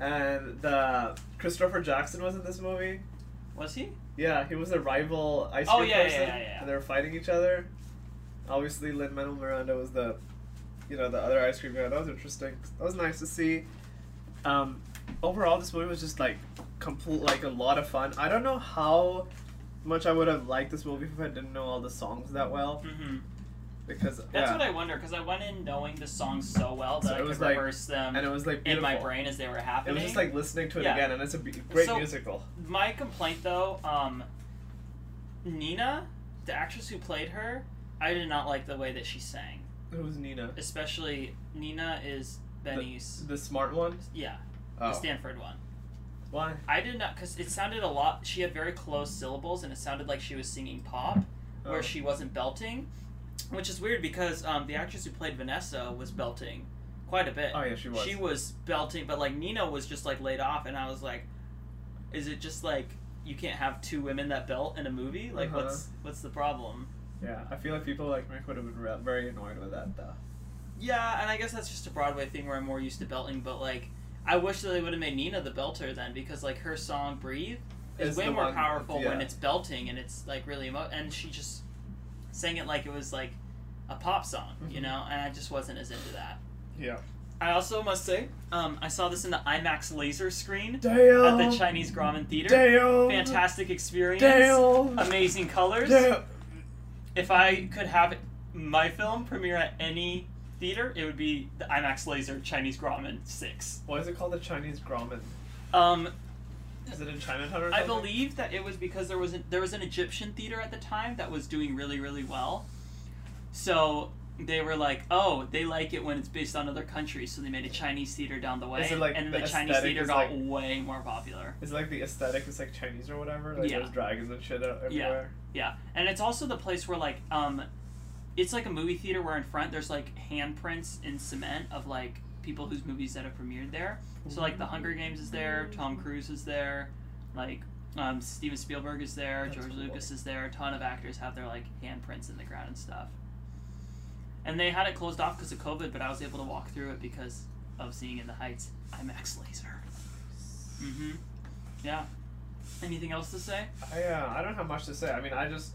And the Christopher Jackson was in this movie.
Was he?
Yeah, he was a rival ice
Oh,
cream
yeah, yeah,
person.
yeah, yeah.
And they were fighting each other. Obviously, Lin Manuel Miranda was the, you know, the other ice cream guy. That was interesting. That was nice to see. Um, overall, this movie was just like complete, like a lot of fun. I don't know how much I would have liked this movie if I didn't know all the songs that well
Mm-hmm.
because
That's
yeah.
what I wonder because I went in knowing the songs so well that
So
I
it
could
was like-
rehearse them
and it was like
in
beautiful.
my brain as they were
It
happening.
was just like listening to it
Yeah.
again, and it's a b- great
So-
musical.
my complaint though. Um, Nina, the actress who played her, I did not like the way that she sang.
It was Nina,
Especially Nina is Benny's.
the smart one.
yeah,
Oh,
the Stanford one.
why?
I did not because it sounded a lot. She had very close syllables, and it sounded like she was singing pop,
Oh.
where she wasn't belting, which is weird because um, the actress who played Vanessa was belting quite a bit.
Oh yeah, she was.
She was belting, but like Nina was just like laid off, and I was like, is it just like you can't have two women that belt in a movie? Like,
Uh-huh.
what's what's the problem?
Yeah, I feel like people like Mick would have been re- very annoyed with that though.
Yeah, and I guess that's just a Broadway thing where I'm more used to belting, but like I wish that they would have made Nina the belter then because like her song Breathe is
Is
way
the
more
one-
powerful when
yeah.
it's belting and it's like really emo- and she just sang it like it was like a pop song, you
Mhm.
know, and I just wasn't as into that.
Yeah.
Mm-hmm. I also must say, um, I saw this in the IMAX laser screen
Damn.
at the Chinese Grauman Theater.
Damn.
Fantastic experience.
Damn.
Amazing colors
Damn.
if I could have my film premiere at any theater, it would be the IMAX Laser Chinese Grauman Six.
Why is it called the Chinese Grauman?
Um,
Is it in Chinatown or something?
I believe that it was because there was an, there was an Egyptian theater at the time that was doing really really well, so they were like, oh, they like it when it's based on other countries, so they made a Chinese theater down the way,
Is it like
and
the
the Chinese
aesthetic
theater
is
got
like-
way more popular.
Is it like the aesthetic is like Chinese or whatever? Like
Yeah.
there's dragons and shit out everywhere.
Yeah, and it's also the place where like um, it's like a movie theater where in front there's like handprints in cement of like people whose movies that have premiered there. So like The Hunger Games is there, Tom Cruise is there, like um, Steven Spielberg is there,
That's
George
cool.
Lucas is there. A ton of actors have their like handprints in the ground and stuff. And they had it closed off because of COVID, but I was able to walk through it because of seeing in the Heights IMAX laser. Mm-hmm. Yeah. Anything else to say?
I uh, I don't have much to say. I mean, I just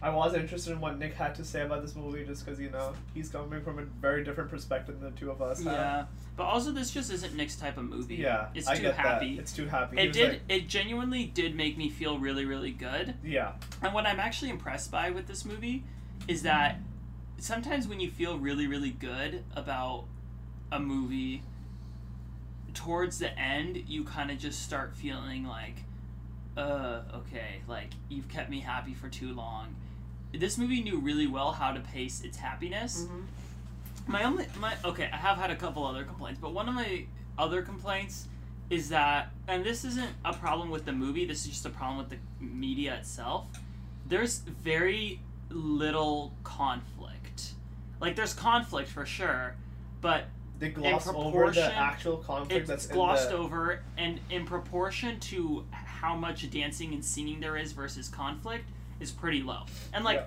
I was interested in what Nick had to say about this movie just because you know he's coming from a very different perspective than the two of us. have.
Yeah, but also this just isn't Nick's type of movie.
Yeah.
it's
I
too
get that.
happy.
It's too happy. He
It
was
did.
like-
It genuinely did make me feel really, really good.
yeah.
And what I'm actually impressed by with this movie is that sometimes when you feel really, really good about a movie, towards the end you kind of just start feeling like, uh, okay, like you've kept me happy for too long. This movie knew really well how to pace its happiness. My only my okay, I have had a couple other complaints, but one of my other complaints is that and this isn't a problem with the movie, this is just a problem with the media itself. There's very little conflict. Like there's conflict for sure, but
they gloss over the
proportion-
actual conflict
it's
that's
glossed
in the,
over and in proportion to how much dancing and singing there is versus conflict is pretty low and like
Yeah.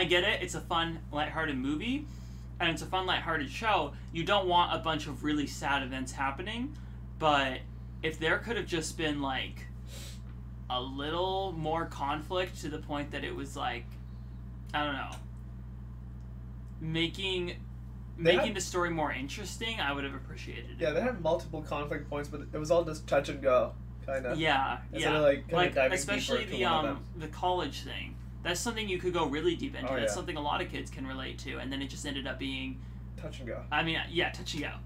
i get it it's a fun lighthearted movie and it's a fun lighthearted show you don't want a bunch of really sad events happening but if there could have just been like a little more conflict to the point that it was like i don't know making
They
making
had-
the story more interesting i would have appreciated it
Yeah, they had multiple conflict points, but it was all just touch and go, kind of.
Yeah,
Instead
yeah.
of, like, kinda
like
diving
especially
deeper to
the
one of
um the college thing. That's something you could go really deep into.
Oh,
That's
yeah.
something a lot of kids can relate to. And then it just ended up being,
Touch and go.
I mean, uh, yeah, touching out.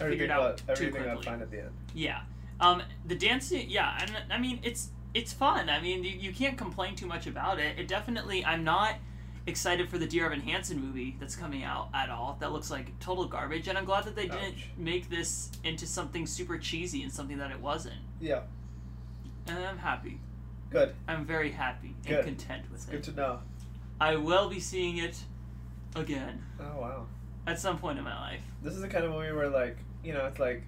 Everything
Figured out
but
too
everything I
quickly.
find at the end.
Yeah. Um, the dancing, yeah, and I mean it's it's fun. I mean you, you can't complain too much about it. It definitely I'm not excited for the Dear Evan Hansen movie that's coming out at all. That looks like total garbage, and I'm glad that they didn't
Ouch.
make this into something super cheesy and something that it wasn't.
Yeah,
And I'm happy.
good.
I'm very happy and
Good.
content with
Good
it.
to know.
I will be seeing it again
Oh wow,
at some point in my life.
this is the kind of movie where like you know it's like,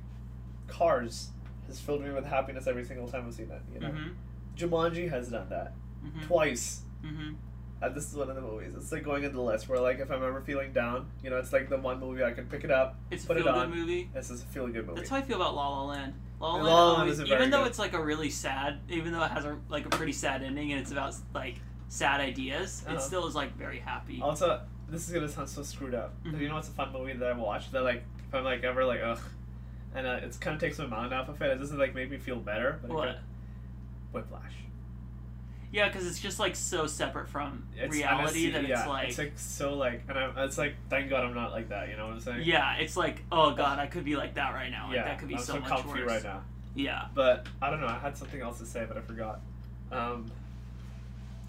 Cars has filled me with happiness every single time I've seen it. You know,
Mm-hmm.
Jumanji has done that
Mm-hmm.
twice.
Mm-hmm.
Uh, this is one of the movies. It's like going in the list where like if I'm ever feeling down, you know, it's like the one movie I can pick it up.
It's a
Put it
feel-good
on.
movie.
This is a feel good movie.
That's how I feel about La La Land. La La
La
Land,
La Land
always-
isn't very
even though
good.
it's like a really sad, even though it has a like a pretty sad ending and it's about like sad ideas,
Uh-huh. Oh,
it still is like very happy.
Also, this is gonna sound so screwed up. But
Mm-hmm.
you know what's a fun movie that I watched that like if I'm like ever like ugh, and uh, it's kind of takes my mind off of it. It doesn't like make me feel better. But it
What?
kinda- Whiplash.
Yeah, because it's just like so separate from
It's
reality
honestly-
that
yeah,
it's like.
it's like so like and I'm, it's like thank God I'm not like that. You know what I'm saying?
yeah, it's like oh god, I could be like that right now. Like,
Yeah,
that could be
I'm so,
much
comfy
worse.
right now.
Yeah,
But I don't know. I had something else to say, but I forgot. Um,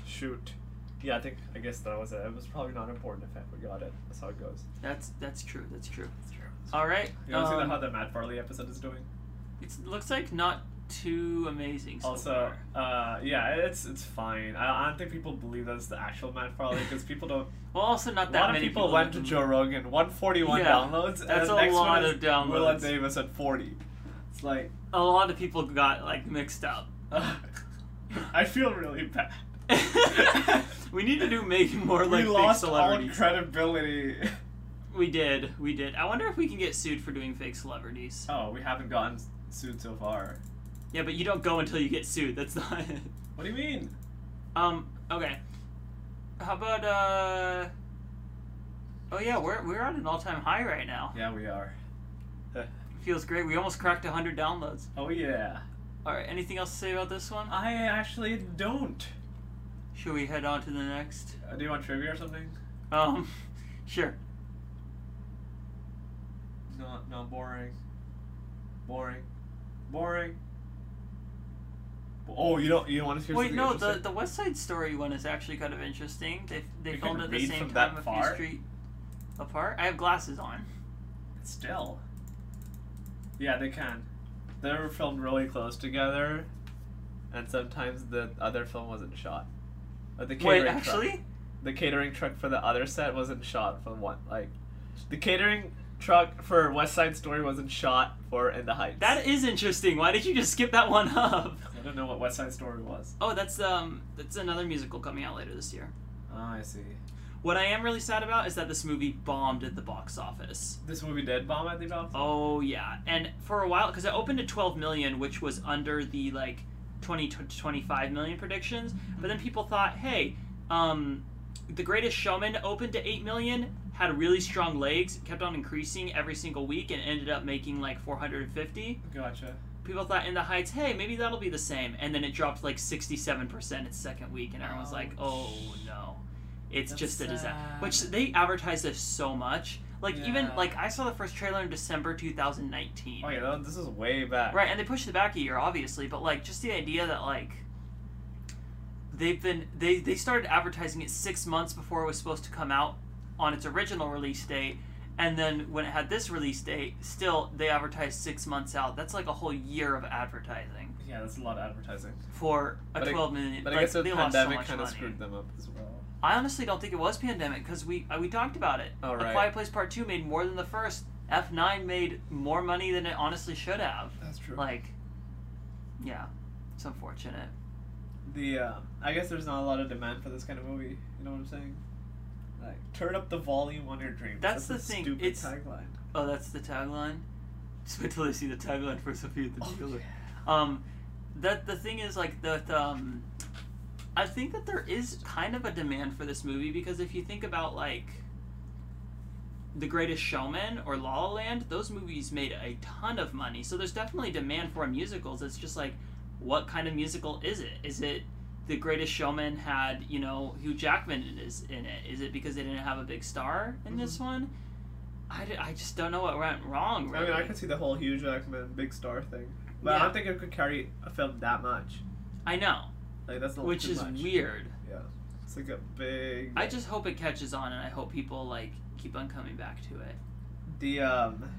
shoot. Yeah, I think I guess that was it. It was probably not important if I forgot it. That's how it goes.
that's that's true. That's true.
That's true.
All right.
You want to see
um,
how the Matt Farley episode is doing?
It looks like not too amazing. So
Also,
far.
uh, yeah, it's it's fine. I, I don't think people believe that it's the actual Matt Farley because people don't.
well, also not
A
that
lot of
many
people went to
listen.
Joe Rogan, one forty one
Yeah,
downloads. and
that's
the
a
next one
lot
is
of downloads.
Willa Davis at forty. It's like
A lot of people got like mixed up.
I feel really bad.
we need to do make more like
we
fake
lost all
celebrities.
credibility.
we did, we did. I wonder if we can get sued for doing fake celebrities.
Oh, we haven't gotten sued so far.
Yeah, but you don't go until you get sued. That's not.
What do you mean?
um. Okay. How about uh? Oh yeah, we're we're at an all time high right now.
Yeah, we are.
Feels great. We almost cracked hundred downloads.
Oh yeah.
All right. Anything else to say about this one?
I actually don't.
Should we head on to the next?
Uh, do you want trivia or something?
Um, sure.
Not not boring. Boring. Boring. Oh, you don't you don't want to hear
Wait,
something
no, the,
interesting?
the West Side Story one is actually kind of interesting. They, they
You
filmed
can
at the
read
same
from
time
that
a few
far?
street apart. I have glasses on.
still. Yeah, they can. They were filmed really close together, and sometimes the other film wasn't shot. But the catering
Wait,
truck-
actually?
the catering truck for the other set wasn't shot for one like, the catering truck for West Side Story wasn't shot for In the Heights.
That is interesting. Why did you just skip that one up?
I don't know what West Side Story was.
Oh, that's um that's another musical coming out later this year.
Oh, I see.
What I am really sad about is that this movie bombed at the box office.
This movie did bomb at the box.
Oh yeah. And for a while cuz it opened to 12 million, which was under the like 20 to 25 million predictions, but then people thought, "Hey, um The Greatest Showman opened to 8 million, had really strong legs, kept on increasing every single week and ended up making like 450.
Gotcha.
People thought In the Heights, "Hey, maybe that'll be the same." And then it dropped like 67% its second week and everyone's like, "Oh no." It's
That's
just a disaster.
sad.
Which they advertised this so much. Like even
Yeah.
like I saw the first trailer in December 2019.
Oh yeah, that- this is way back.
Right, and they pushed it back a year, obviously, but like just the idea that like they've been they they started advertising it six months before it was supposed to come out on its original release date, and then when it had this release date, still they advertised six months out. That's like a whole year of advertising
Yeah, that's a lot of advertising.
for a
But I-
twelve million.
But I
like,
guess the
they
pandemic
lost so
kind of
much money.
screwed them up as well.
I honestly don't think it was pandemic because we uh, we talked about it.
Oh,
A
right.
Quiet Place Part Two made more than the first F9 made more money than it honestly should have.
That's true.
Like, yeah, it's unfortunate.
the uh, I guess there's not a lot of demand for this kind of movie. You know what I'm saying? Like, turn up the volume on your dreams.
That's the
a
thing,
Stupid
it's-
tagline.
Oh, that's the tagline. Just wait till they see the tagline first. I'll be the
Oh,
trailer. Um, that the thing is like that. Um, I think that there is kind of a demand for this movie because if you think about like The Greatest Showman or La La Land, those movies made a ton of money. So there's definitely demand for musicals. It's just like, what kind of musical is it? Is it The Greatest Showman had you know Hugh Jackman in, is in it? Is it because they didn't have a big star in this one? I, d- I just don't know what went wrong.
Mm-hmm. I mean, I
really.
could see the whole huge X-Men big star thing, but I
Yeah.
don't think it could carry a film that much.
I know,
Like that's a little
which
too
is
much.
weird.
Yeah, it's like a big.
I just hope it catches on, and I hope people like keep on coming back to it.
the um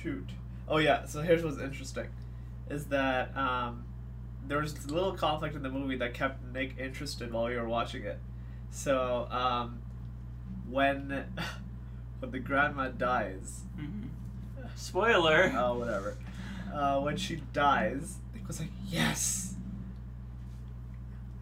shoot oh yeah so here's what's interesting is that um there was this little conflict in the movie that kept nick interested while we were watching it so um when when the grandma dies
Mhm. Spoiler.
oh whatever uh, when she dies nick was like yes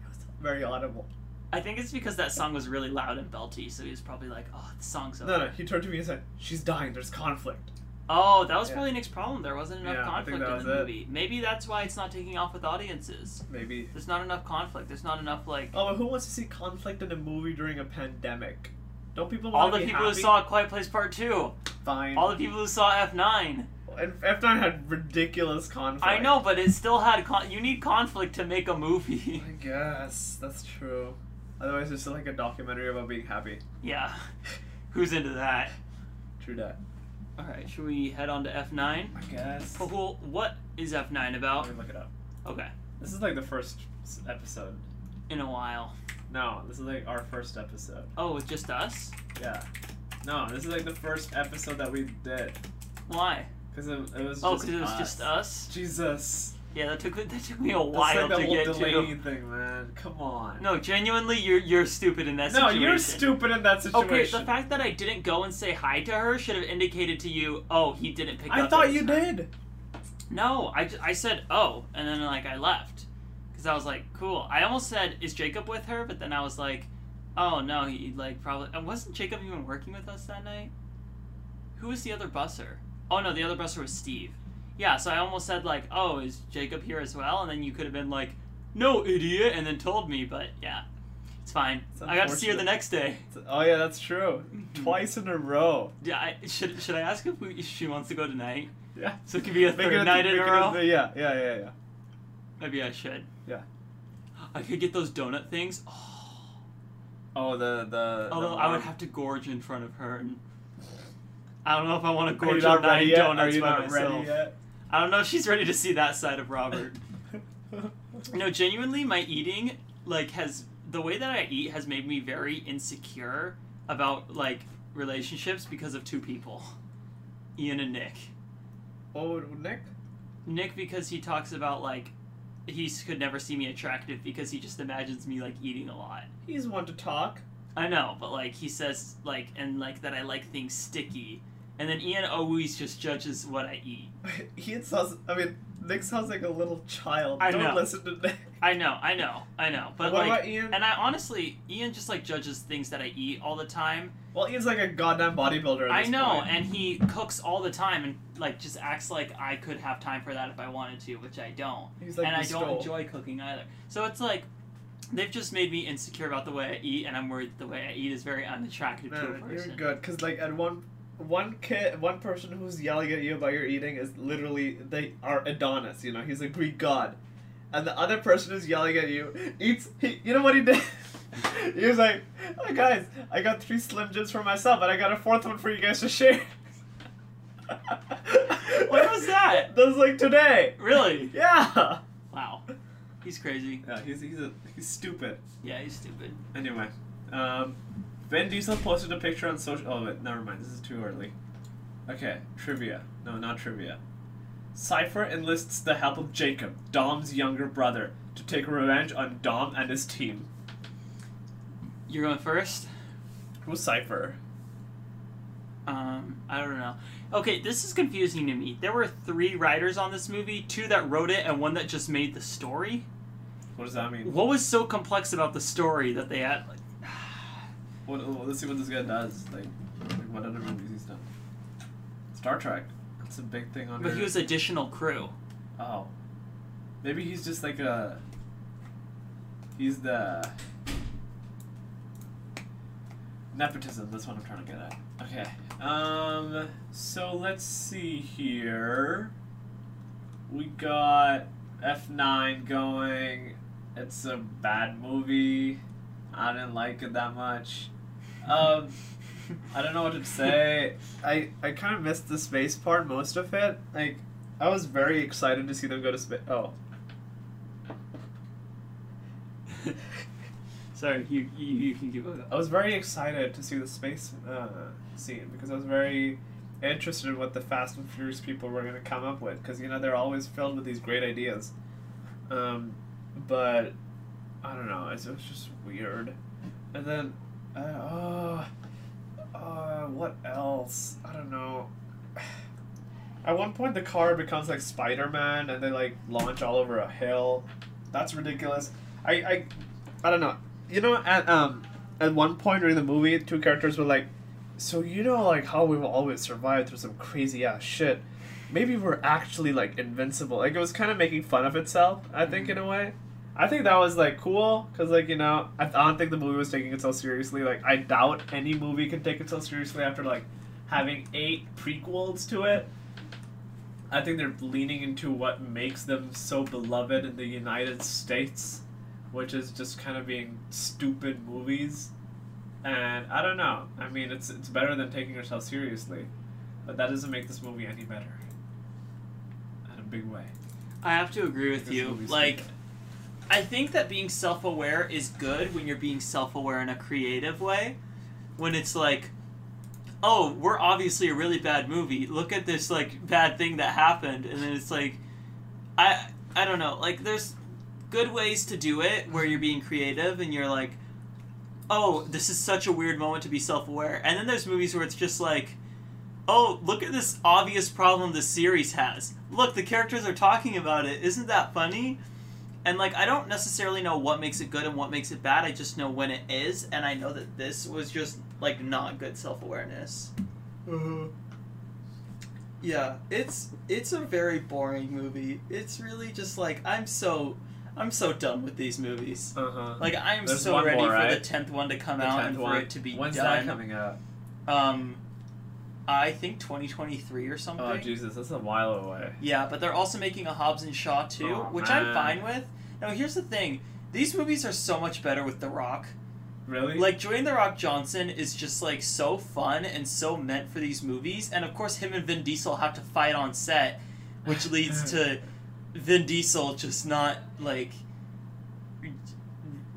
it was very audible
I think it's because that song was really loud and belty, so he was probably like, "Oh, the song's over."
no no he turned to me and said she's dying there's conflict
Oh, that was
Yeah.
probably Nick's problem. There wasn't enough
Yeah, I think
conflict
that
in
was
the
it.
movie. Maybe that's why it's not taking off with audiences.
maybe
There's not enough conflict. There's not enough like
Oh, but who wants to see conflict in a movie during a pandemic? Don't people
all
want
the
to be
people
happy?
who saw Quiet Place Part Two,
Fine.
all the people who saw F9.
and F9 had ridiculous conflict.
I know, but it still had con- you need conflict to make a movie.
I guess that's true. Otherwise, it's still like a documentary about being happy.
yeah. Who's into that?
True that.
All right, should we head on to F9?
I guess.
Well, well, what is F9 about?
Let me look it up.
Okay,
This is like the first s- episode.
in a while.
No, this is like our first episode.
Oh, it's just us?
Yeah. No, this is like the first episode that we did
Why?
because it, it was.
Oh,
just
because it was
us.
just us.
Jesus.
Yeah, that took that took me a
That's
while
like the
to
whole
get
delay
to.
thing, man. Come on.
No, genuinely, you're you're stupid in that
No,
situation.
you're stupid in that situation.
Okay, the fact that I didn't go and say hi to her should have indicated to you, oh, he didn't pick up.
I thought
this
you
time.
did.
No, I, ju- I said oh, and then like I left because I was like cool. I almost said is Jacob with her, but then I was like, oh no, he like probably and wasn't Jacob even working with us that night? Who was the other busser? Oh no, the other busser was Steve. Yeah, so I almost said like oh is Jacob here as well, and then you could have been like no idiot, and then told me, but yeah, it's fine.
It's
I got to see her the
unfortunate.
next day.
Oh yeah, that's true.
Mm-hmm.
Twice in a row.
Yeah, I, should should I ask if, we, if she wants to go tonight?
Yeah.
So it could be a
Make it
third night in
make
a
it
row.
yeah, yeah, yeah, yeah.
Maybe I should.
Yeah.
I could get those donut things. Oh,
Oh, the the.
although I would have to gorge in front of her, and I don't know if I want to
Are you
gorge on
not
nine
ready yet?
donuts
Are you
by
not
myself.
ready yet?
I don't know if she's ready to see that side of Robert. no, genuinely, my eating like has the way that I eat has made me very insecure about like relationships because of two people, Ian and Nick.
oh, Nick.
Nick because he talks about like he s- could never see me attractive because he just imagines me like eating a lot.
He's one to talk.
I know, but like he says like and like that I like things sticky. And then Ian always just judges what I eat.
He sounds. I mean, Nick sounds like a little child.
I
Don't
know.
listen to Nick.
I know, I know, I know. But
what
like
about Ian?
and I honestly Ian just like judges things that I eat all the time.
Well, Ian's like a goddamn bodybuilder. At
I
this
know,
point.
and he cooks all the time and like just acts like I could have time for that if I wanted to, which I don't.
He's like
and
the
I don't
stole.
enjoy cooking either. So it's like they've just made me insecure about the way I eat, and I'm worried the way I eat is very unattractive to a
Man,
person.
you're good. Cause like at one. One kid, one person who's yelling at you about your eating is literally they are Adonis. You know, he's a Greek god, and the other person who's yelling at you eats. He, you know what he did? he was like, "Oh guys, I got three Slim Jims for myself, and I got a fourth one for you guys to share."
When was that?
That was like today.
Really?
Yeah.
Wow, he's crazy.
Yeah, he's he's a, he's stupid.
Yeah, he's stupid.
Anyway, um, Vin Diesel posted a picture on social. Oh, wait, never mind. This is too early. Okay, trivia. No, not trivia. Cypher enlists the help of Jacob, Dom's younger brother, to take revenge on Dom and his team.
You're going first.
Who's Cypher?
Um, I don't know. Okay, this is confusing to me. There were three writers on this movie, two that wrote it and one that just made the story.
What does that mean?
What was so complex about the story that they had? Like,
What, oh, let's see what this guy does. Like, like what other movies he's done? Star Trek. That's a big thing on.
but
your-
he was additional crew.
Oh. Maybe he's just like a. He's the. Nepotism, that's what I'm trying to get at. Okay. Um, so let's see here. We got F9 going. It's a bad movie. I didn't like it that much. Um, I don't know what to say. I, I kind of missed the space part, most of it. Like, I was very excited to see them go to space. Oh,
Sorry, you you, you can give
I was very excited to see the space uh, scene because I was very interested in what the Fast and Furious people were going to come up with because you know they're always filled with these great ideas. Um, but I don't know, it's, it was just weird. And then, uh, oh, uh, what else? I don't know. At one point, the car becomes like Spider Man, and they like launch all over a hill. That's ridiculous. I, I, I don't know. You know, at um, at one point during the movie, two characters were like, "So you know, like how we've always survived through some crazy ass shit. Maybe we're actually like invincible." Like it was kind of making fun of itself. I think in a way. I think that was like cool because like you know I, I don't think the movie was taking itself seriously. Like I doubt any movie can take itself seriously after like having eight prequels to it. I think they're leaning into what makes them so beloved in the United States, which is just kind of being stupid movies. And I don't know. I mean, it's it's better than taking yourself seriously, but that doesn't make this movie any better. In a big way.
I have to agree with
This
you.
movie's
Like,
stupid.
I think that being self aware is good when you're being self aware in a creative way. When it's like, oh, we're obviously a really bad movie. Look at this like bad thing that happened, and then it's like, I I don't know. Like, there's good ways to do it where you're being creative and you're like, oh, this is such a weird moment to be self aware. And then there's movies where it's just like. Oh, look at this obvious problem this series has. Look, the characters are talking about it. Isn't that funny? and like I don't necessarily know what makes it good and what makes it bad. I just know when it is, and I know that this was just like not good self awareness. Yeah, it's it's a very boring movie. It's really just like I'm so I'm so done with these movies.
Uh huh.
Like I'm
There's
so
one
ready
more,
for the
right?
tenth one to come out and for it to be
When's that
done.
coming out?
Um, I think 2023 or something.
Oh Jesus, that's a while away.
Yeah, but they're also making a Hobbs and Shaw too,
Oh,
which I'm
man.
fine with. Now, here's the thing: these movies are so much better with The Rock.
Really?
Like Dwayne The Rock Johnson is just like so fun and so meant for these movies, and of course, him and Vin Diesel have to fight on set, which leads to Vin Diesel just not like.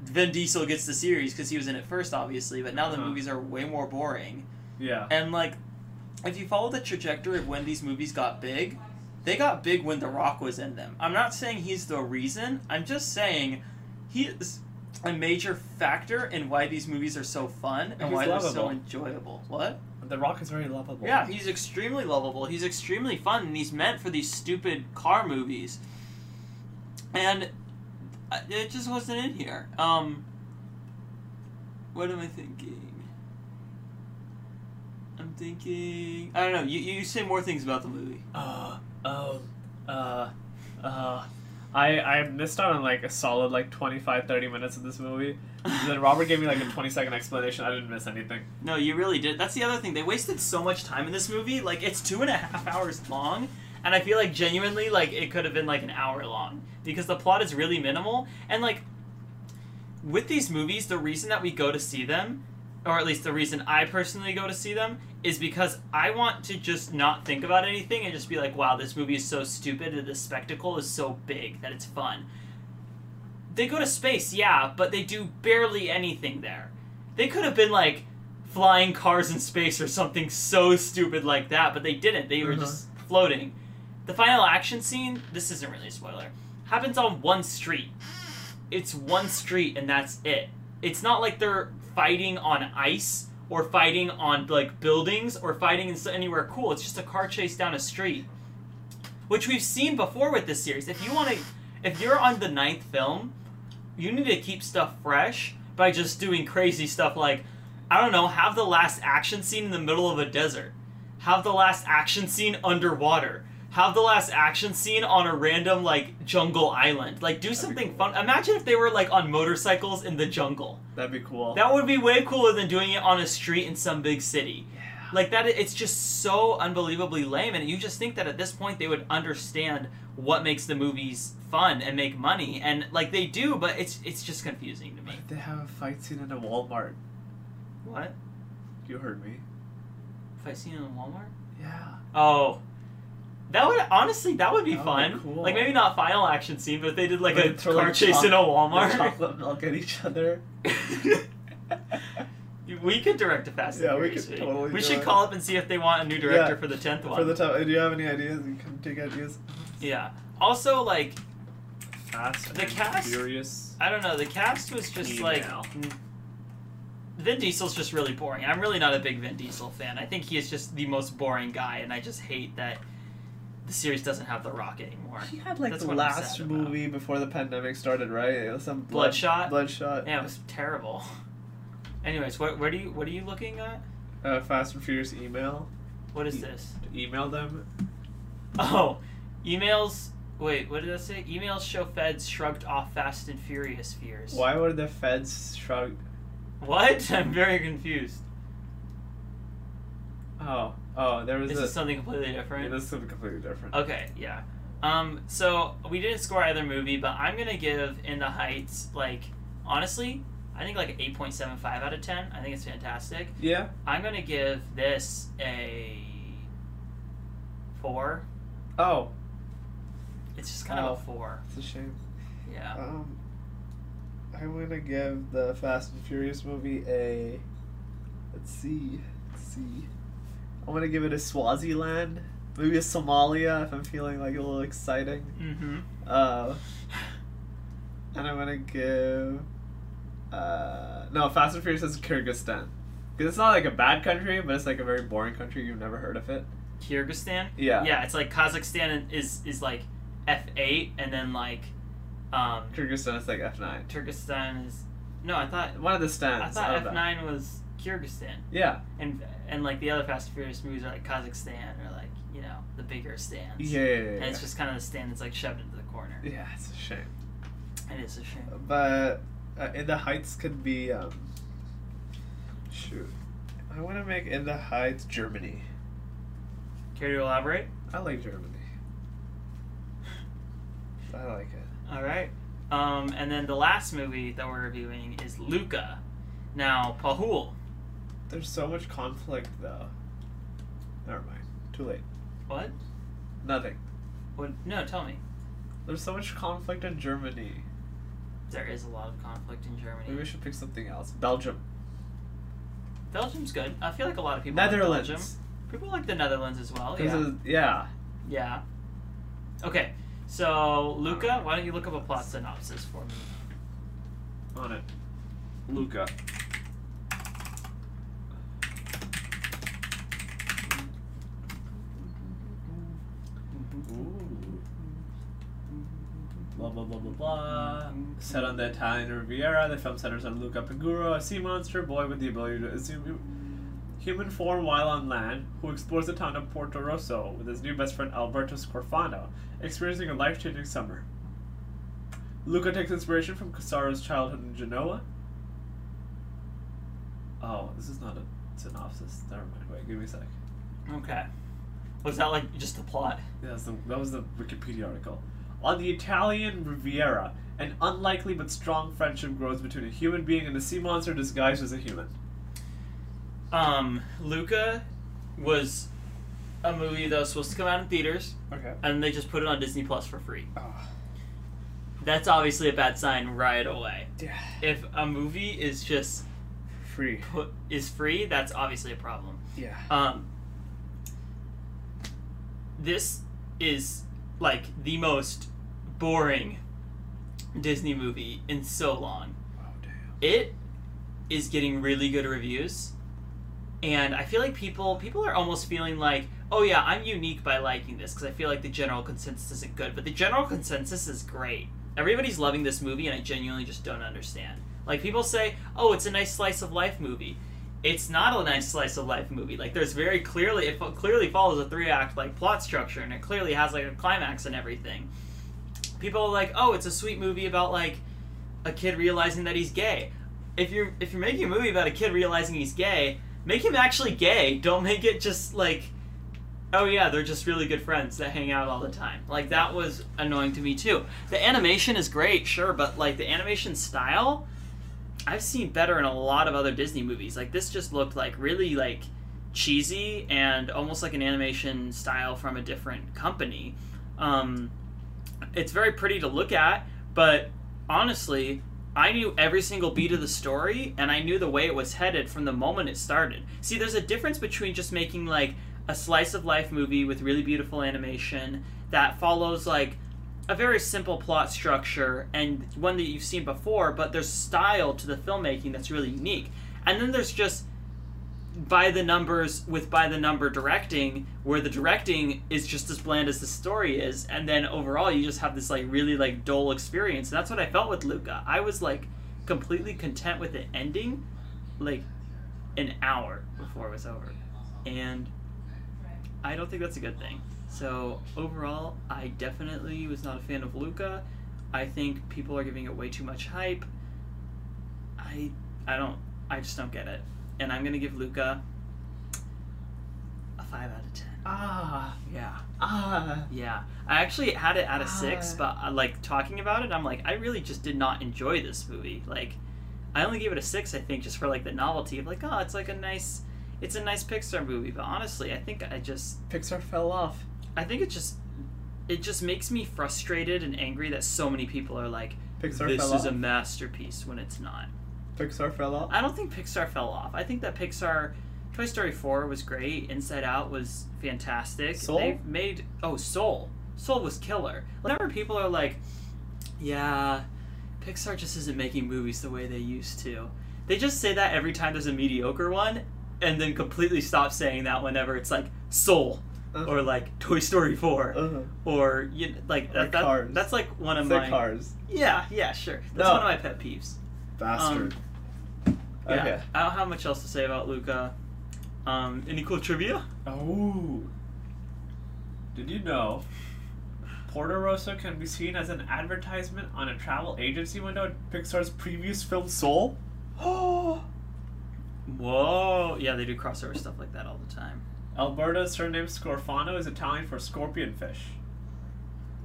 Vin Diesel gets the series because he was in it first, obviously, but now the
Uh-huh.
movies are way more boring.
yeah.
And like, if you follow the trajectory of when these movies got big, they got big when The Rock was in them. I'm not saying he's the reason. I'm just saying he is a major factor in why these movies are so fun and
He's
why they're so
lovable.
enjoyable. What?
The Rock is very lovable.
Yeah, he's extremely lovable. He's extremely fun, and he's meant for these stupid car movies. And I- it just wasn't in here. Um, what am I thinking? I'm thinking. I don't know. You you say more things about the movie.
Uh, um, uh, uh. I, I missed out on like a solid like 25 30 minutes of this movie And then robert gave me like a 20 second explanation i didn't miss anything
No, you really did. That's the other thing. They wasted so much time in this movie. Like it's two and a half hours long, and I feel like genuinely like it could have been like an hour long because the plot is really minimal. And like with these movies, the reason that we go to see them, or at least the reason I personally go to see them, is because I want to just not think about anything and just be like, wow, this movie is so stupid and this spectacle is so big that it's fun. They go to space, yeah, but they do barely anything there. They could have been like flying cars in space or something so stupid like that, but they didn't. They were
Uh-huh.
just floating. The final action scene, this isn't really a spoiler, happens on one street. It's one street and that's it. It's not like they're fighting on ice or fighting on like buildings or fighting in s- anywhere cool. It's just a car chase down a street, which we've seen before with this series. If you want to, if you're on the ninth film, you need to keep stuff fresh by just doing crazy stuff like, I don't know, have the last action scene in the middle of a desert, have the last action scene underwater. Have the last action scene on a random like jungle island. Like do something fun. Imagine if they were like on motorcycles in the jungle.
That'd be cool.
That would be way cooler than doing it on a street in some big city. Like that, it's just so unbelievably lame, and you just think that at this point they would understand what makes the movies fun and make money, and like they do, but it's it's just confusing to me.
What if they have a fight scene in a Walmart?
What?
You heard me.
If I seen it in Walmart?
Yeah.
Oh, that would honestly that would be
That would
fun.
be cool.
Like maybe not final action scene, but if they did like
But
a
they'd throw,
car
like,
chase
choc-
in a
Throw
Walmart.
chocolate milk at each other.
we could direct a Fast and
Yeah, we
Furious
could
movie.
totally
We
do
should
it.
call up and see if they want a new director for the tenth one.
For the top, do you have any ideas? You can take ideas.
yeah. Also, like
Fast.
The and cast?
Furious.
I don't know. The cast was just like
Email.
Vin Diesel's just really boring. I'm really not a big Vin Diesel fan. I think he is just the most boring guy, and I just hate that the series doesn't have The Rock anymore.
He had like
That's
the
what I'm sad
last
about.
movie before the pandemic started, right? It was some blood,
Bloodshot?
Bloodshot.
Yeah, it was terrible. Anyways, what what are you what are you looking at?
Uh, Fast and Furious email.
What is this?
Email them.
Oh, emails. Wait, what did I say? Emails show feds shrugged off Fast and Furious fears.
Why were the feds shrug?
What? I'm very confused.
Oh, oh, there was
This
a.
is something completely
yeah,
different.
this is something completely different.
Okay, yeah. Um, so we didn't score either movie, but I'm gonna give In the Heights like honestly, I think like an eight point seven five out of ten. I think it's fantastic.
Yeah.
I'm gonna give this a four.
Oh,
It's just kind
Oh.
of a four.
it's a shame.
Yeah.
Um, I'm gonna give the Fast and Furious movie a. Let's see. Let's see. I'm gonna give it a Swaziland, maybe a Somalia if I'm feeling like a little exciting.
Mm-hmm.
Uh, and I'm gonna give. Uh, no, Fast and Furious is Kyrgyzstan. Because it's not like a bad country, but it's like a very boring country. You've never heard of it.
Kyrgyzstan.
Yeah.
Yeah, it's like Kazakhstan is is like F eight, and then like um,
Kyrgyzstan is like F9.
Turkestan is no. I thought
One of the stands.
I thought
out of
F
that.
nine was Kyrgyzstan,
Yeah.
and and like the other Fast and Furious movies are like Kazakhstan or like you know the bigger stands.
Yeah, yeah, yeah.
And
yeah.
it's just kind of the stand that's like shoved into the corner.
Yeah, it's a shame.
It is a shame.
Oh. But uh, In the Heights could be. Um, shoot. I want to make In the Heights Germany.
Care to elaborate?
I like Germany. I like it.
All right. Um, and then the last movie that we're reviewing is Luca. Now, Pahul.
There's so much conflict, though. Never mind. Too late.
What?
Nothing.
What? No, tell me.
There's so much conflict in Germany.
There is a lot of conflict in Germany.
Maybe we should pick something else. Belgium.
Belgium's good. I feel like a lot of people like Belgium.
Netherlands.
People like the Netherlands as well.
'Cause
Oh, Yeah.
of- yeah.
yeah. Okay. So, Luca, why don't you look up a plot synopsis for me?
On it.
Luca.
blah blah blah blah blah. Set on the Italian Riviera, the film centers on Luca Piguro, a sea monster boy with the ability to assume human form while on land, who explores the town of Porto Rosso with his new best friend Alberto Scorfano, experiencing a life-changing summer. Luca takes inspiration from Casaro's childhood in Genoa. Oh, this is not a synopsis. Never mind. Wait, give me a sec.
Okay. Was that like just the plot?
Yeah, that's the, that was the Wikipedia article. On the Italian Riviera, an unlikely but strong friendship grows between a human being and a sea monster disguised as a human.
Um, Luca was a movie that was supposed to come out in theaters,
Okay.
and they just put it on Disney Plus for free.
Oh,
That's obviously a bad sign right away.
yeah.
If a movie is just
Free.
put is free, that's obviously a problem.
Yeah.
Um, this is like the most boring Disney movie in so long.
Oh damn.
It is getting really good reviews, and I feel like people people are almost feeling like, oh yeah, I'm unique by liking this because I feel like the general consensus isn't good, but the general consensus is great. Everybody's loving this movie, and I genuinely just don't understand. Like people say, oh, it's a nice slice of life movie. It's not a nice slice of life movie. Like there's very clearly it fo- clearly follows a three act like plot structure, and it clearly has like a climax and everything. People are like, oh, it's a sweet movie about like a kid realizing that he's gay. If you're if you're making a movie about a kid realizing he's gay, make him actually gay. Don't make it just like oh yeah, they're just really good friends that hang out all the time. Like that was annoying to me too. The animation is great, sure, but like the animation style I've seen better in a lot of other Disney movies. Like this just looked like really like cheesy and almost like an animation style from a different company. Um, it's very pretty to look at, but honestly, I knew every single beat of the story and I knew the way it was headed from the moment it started. See, there's a difference between just making like a slice of life movie with really beautiful animation that follows like a very simple plot structure and one that you've seen before, but there's style to the filmmaking that's really unique. And then there's just by the numbers with by the number directing where the directing is just as bland as the story is and then overall you just have this like really like dull experience and that's what i felt with luca i was like completely content with it ending like an hour before it was over and i don't think that's a good thing so overall i definitely was not a fan of luca i think people are giving it way too much hype i i don't i just don't get it and I'm gonna give Luca a five out of ten.
Ah,
Yeah,
ah.
yeah. I actually had it at a six,
Ah.
but uh, like talking about it, I'm like, I really just did not enjoy this movie. Like, I only gave it a six, I think, just for like the novelty of like, oh, it's like a nice, it's a nice Pixar movie. But honestly, I think I just,
Pixar fell off.
I think it just, it just makes me frustrated and angry that so many people are like,
Pixar
this
fell
is
off.
a masterpiece when it's not.
Pixar fell off.
I don't think Pixar fell off. I think that Pixar, Toy Story Four was great. Inside Out was fantastic.
Soul?
They've made oh Soul, Soul was killer. Whenever people are like, yeah, Pixar just isn't making movies the way they used to. They just say that every time there's a mediocre one, and then completely stop saying that whenever it's like Soul
Uh-huh.
or like Toy Story Four
Uh-huh.
or you like that, that-
Cars.
That's like one of
Say
my
Cars.
yeah yeah sure. That's
No.
one of my pet peeves. Um,
Bastard.
Yeah.
Okay.
I don't have much else to say about Luca. Um, any cool trivia?
Oh. Did you know Porto Rosso can be seen as an advertisement on a travel agency window at Pixar's previous film Soul? Oh.
Whoa. Yeah, they do crossover stuff like that all the time.
Alberta's surname Scorfano is Italian for scorpion fish.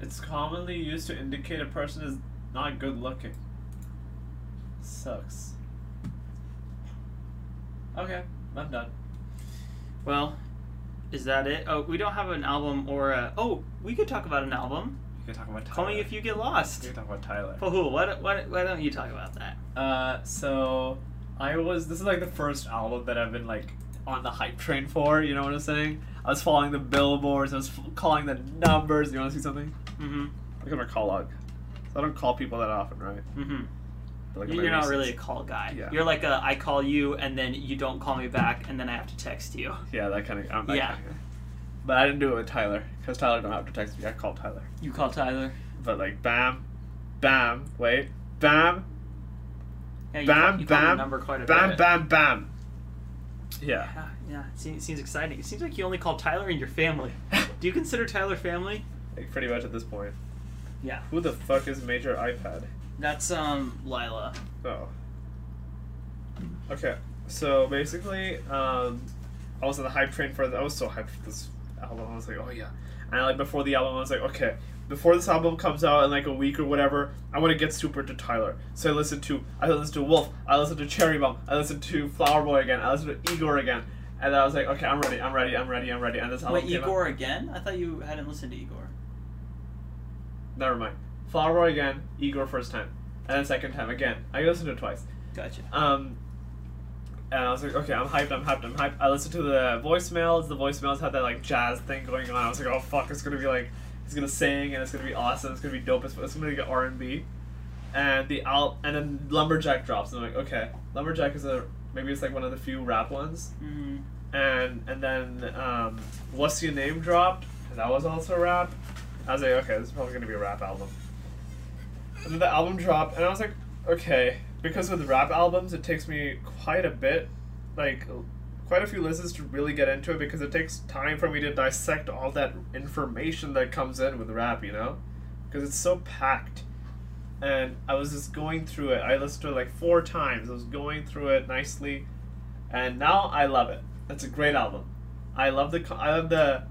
It's commonly used to indicate a person is not good looking. Sucks. Okay, I'm done.
Well, is that it? Oh, we don't have an album or a. Oh, we could talk about an album.
You can talk about Tyler.
Call me if you get lost.
You can talk about Tyler.
Pahul, why, don't- why, why don't you talk about that?
Uh, so I was. This is like the first album that I've been like on the hype train for. You know what I'm saying? I was following the billboards. I was f- calling the numbers. You want to see something?
Mm
Look at my call log. So I don't call people that often, right?
hmm. Mm
But look
hmm.
at my
You're not
recents.
really a call guy.
Yeah.
You're like a I call you and then you don't call me back and then I have to text you.
Yeah, that kind of. I'm that
Yeah.
Kind of, but I didn't do it with Tyler because Tyler don't have to text me. I called Tyler.
You call Tyler.
But like, bam, bam, wait, bam,
Yeah, you
Bam,
call, you call the
bam,
number quite a
bam,
bit.
bam, bam. Yeah.
Yeah, yeah. It seems, seems exciting. It seems like you only call Tyler and your family. Do you consider Tyler family?
Like pretty much at this point.
Yeah.
Who the fuck is Major iPad?
That's um Lila.
Oh. Okay, so basically, um, I was on the hype train for. I was so hyped for this album. I was like, oh yeah, and like before the album, I was like, okay, before this album comes out in like a week or whatever, I want to get super to Tyler. So I listened to I listened to Wolf, I listened to Cherry Bomb, I listened to Flower Boy again, I listened to Igor again, and I was like, okay, I'm ready, I'm ready, I'm ready, I'm ready. And this album
Wait,
came out-
Igor again? I thought you hadn't listened to Igor.
Never mind. Flower Boy again, Igor first time, and then second time again. I listened to it twice.
Gotcha.
Um, and I was like, okay, I'm hyped, I'm hyped, I'm hyped. I listened to the voicemails. The voicemails had that like jazz thing going on. I was like, oh fuck, it's gonna be like, it's gonna sing and it's gonna be awesome. It's gonna be dope. It's, it's gonna get R and B. And the out and then lumberjack drops. And I'm like, okay, lumberjack is a Maybe it's like one of the few rap ones.
hmm
And and then um, what's your name dropped? That was also rap. I was like, okay, this is probably gonna be a rap album. And then the album dropped, and I was like, okay, because with rap albums, it takes me quite a bit, like quite a few listens to really get into it because it takes time for me to dissect all that information that comes in with rap, you know, because it's so packed. And I was just going through it. I listened to it like four times. I was going through it nicely, and now I love it. It's a great album. I love the co- I love the,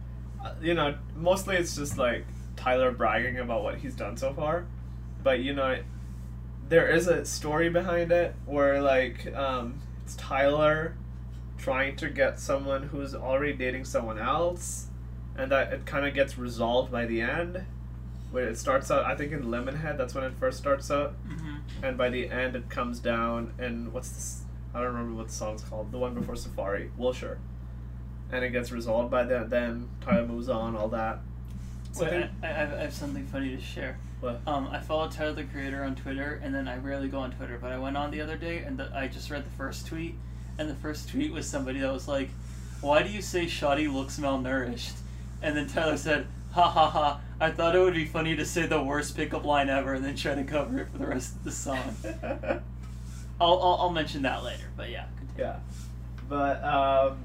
uh, you know, mostly it's just like Tyler bragging about what he's done so far, but you know, there is a story behind it where like um, it's Tyler trying to get someone who's already dating someone else, and that it kind of gets resolved by the end. Where it starts out, I think in Lemonhead, that's when it first starts out,
hmm
and by the end it comes down and what's this? I don't remember what the song's called. The one before Safari, Wilshire, and it gets resolved by then. Then Tyler moves on, all that. So I
Wait,
think-
I, I, have- I have something funny to share.
What?
Um, I follow Tyler the Creator on Twitter, and then I rarely go on Twitter, but I went on the other day and the, I just read the first tweet, and the first tweet was somebody that was like, "Why do you say Shotty looks malnourished?" And then Tyler said, "Ha ha ha! I thought it would be funny to say the worst pickup line ever, and then try to cover it for the rest of the song." I'll I'll, I'll mention that later, but yeah. continue.
Yeah. But um,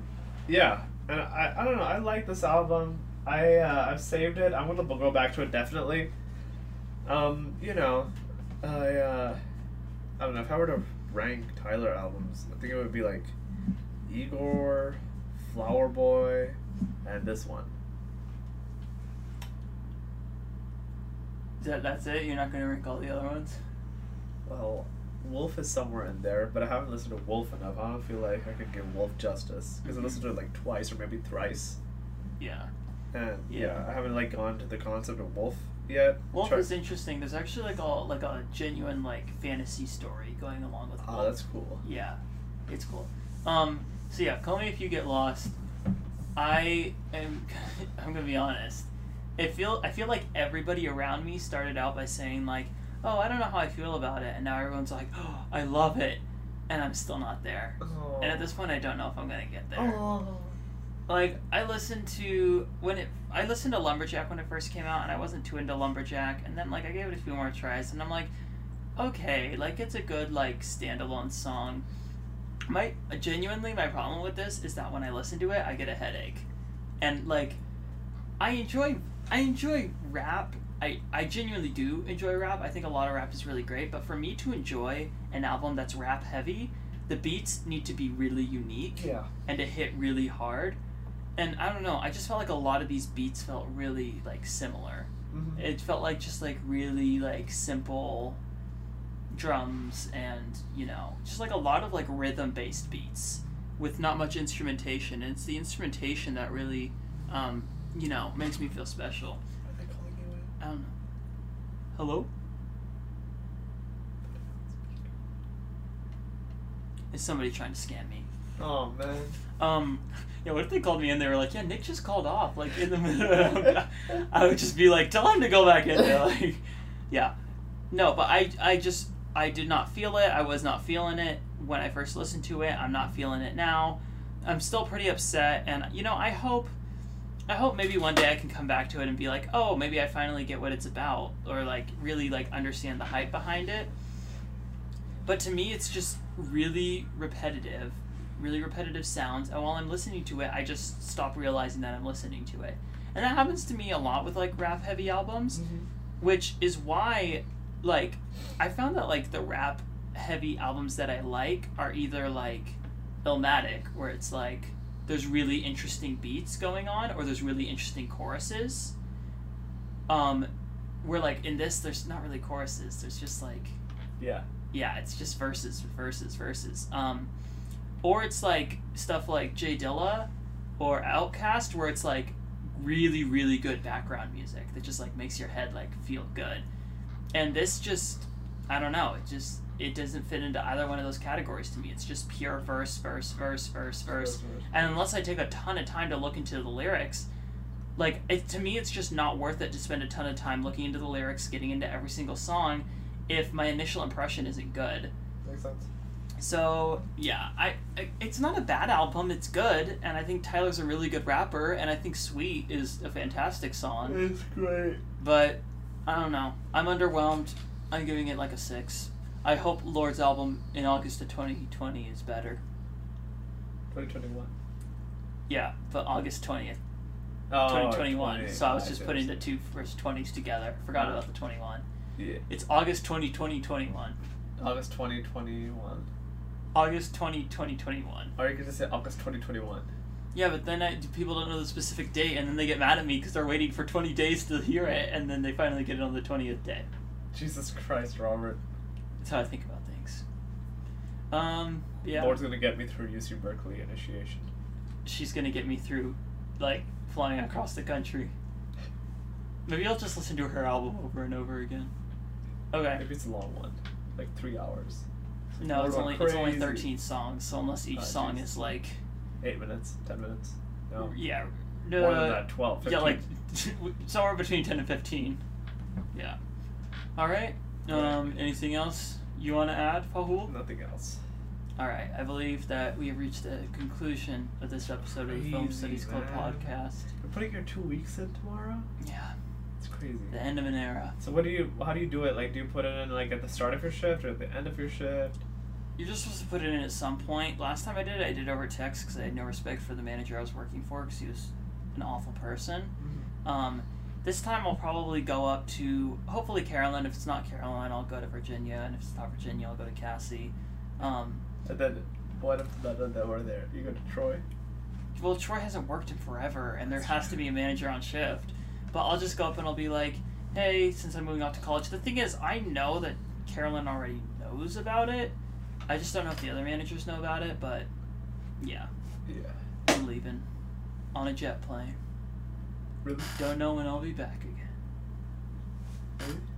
yeah, and I, I don't know. I like this album. I uh, I've saved it. I'm gonna b- go back to it definitely. Um, you know, I uh, I don't know if I were to rank Tyler albums, I think it would be like Igor, Flower Boy, and this one.
Is that, that's it. You're not gonna rank all the other ones.
Well, Wolf is somewhere in there, but I haven't listened to Wolf enough. I don't feel like I could give Wolf justice because
Mhm.
I listened to it like twice or maybe thrice.
Yeah.
And
Yeah.
yeah. I haven't like gone to the concept of wolf yet.
Wolf
Try-
is interesting. There's actually like a like a genuine like fantasy story going along with
Oh,
Wolf.
that's cool.
Yeah, it's cool. Um, so yeah, call me if you get lost. I am. I'm gonna be honest. It feel I feel like everybody around me started out by saying like, "Oh, I don't know how I feel about it," and now everyone's like, "Oh, I love it," and I'm still not there.
Oh.
And at this point, I don't know if I'm gonna get there
Oh.
like I listened to when it I listened to Lumberjack when it first came out and I wasn't too into Lumberjack and then like I gave it a few more tries and I'm like okay like it's a good like standalone song my genuinely my problem with this is that when I listen to it I get a headache and like I enjoy I enjoy rap I, I genuinely do enjoy rap. I think a lot of rap is really great, but for me to enjoy an album that's rap heavy, the beats need to be really unique
Yeah.
and to hit really hard. And I don't know, I just felt like a lot of these beats felt really like similar.
Mhm.
It felt like just like really like simple drums and, you know, just like a lot of like rhythm based beats with not much instrumentation. And it's the instrumentation that really um, you know, makes me feel special.
Are they calling you in?
I don't know. Hello? Is somebody trying to scam me?
Oh man.
Um, yeah, what if they called me and they were like, yeah, Nick just called off, like, in the middle. I would just be like, tell him to go back in there, like, yeah. No, but I, I just, I did not feel it. I was not feeling it when I first listened to it. I'm not feeling it now. I'm still pretty upset, and, you know, I hope, I hope maybe one day I can come back to it and be like, oh, maybe I finally get what it's about, or, like, really, like, understand the hype behind it. But to me, it's just really repetitive really repetitive sounds and while i'm listening to it i just stop realizing that i'm listening to it and that happens to me a lot with like rap heavy albums which is why like i found that like the rap heavy albums that i like are either like ilmatic where it's like there's really interesting beats going on or there's really interesting choruses um where like in this there's not really choruses there's just like
Yeah.
yeah, it's just verses, verses, verses. Um, or it's like stuff like Jay Dilla or Outkast, where it's like really, really good background music that just like makes your head like feel good. And this just, I don't know, it just it doesn't fit into either one of those categories to me. It's just pure verse, verse, verse, verse, verse. And unless I take a ton of time to look into the lyrics, like it, to me, it's just not worth it to spend a ton of time looking into the lyrics, getting into every single song, if my initial impression isn't good.
Makes sense.
So yeah, I I- it's not a bad album. It's good, and I think Tyler's a really good rapper, and I think "Sweet" is a fantastic song.
It's great.
But I don't know. I'm underwhelmed. I'm giving it like a six. I hope Lord's album in August of 2020 is better.
2021.
Yeah, but August 20th,
Oh,
2021.
20.
so I was
Okay.
just putting the two first 20s together. Forgot
Ah.
about the 21.
Yeah.
It's August 2020 21.
August 2021.
August 20, 2021.
Or you could just say August 2021.
Yeah, but then I, people don't know the specific date, and then they get mad at me because they're waiting for 20 days to hear it, and then they finally get it on the 20th day.
Jesus Christ, Robert.
That's how I think about things. Um, yeah.
Lord's gonna get me through UC Berkeley initiation.
she's gonna get me through like flying across the country. Maybe I'll just listen to her album over and over again. Okay.
Maybe it's a long one, like three hours,
No, it's
We're
only it's only
crazy.
thirteen songs, so unless each
Oh,
song
jeez.
is like
eight minutes, ten minutes. No,
yeah,
more than
uh,
that, 12,
yeah,
15.
like somewhere between ten and fifteen. Yeah. All right. Um, anything else you want to add, Fahul?
nothing else.
All right. I believe that we have reached the conclusion of this episode of the Film
Crazy,
Studies Club
man.
podcast.
You're putting your two weeks in tomorrow.
Yeah,
It's crazy.
the end of an era.
So what do you? How do you do it? Like, do you put it in like at the start of your shift or at the end of your shift?
You're just supposed to put it in at some point. Last time I did it, I did it over text because I had no respect for the manager I was working for because he was an awful person. Um, this time I'll probably go up to hopefully Carolyn. If it's not Carolyn, I'll go to Virginia, and if it's not Virginia, I'll go to Cassie. Um,
And then what if none of them are there? You go to Troy.
well, Troy hasn't worked in forever, and there has to be a manager on shift. But I'll just go up and I'll be like, hey, since I'm moving out to college. The thing is, I know that Carolyn already knows about it. I just don't know if the other managers know about it, but yeah.
Yeah.
I'm leaving on a jet plane.
Really?
Don't know when I'll be back again.
Really?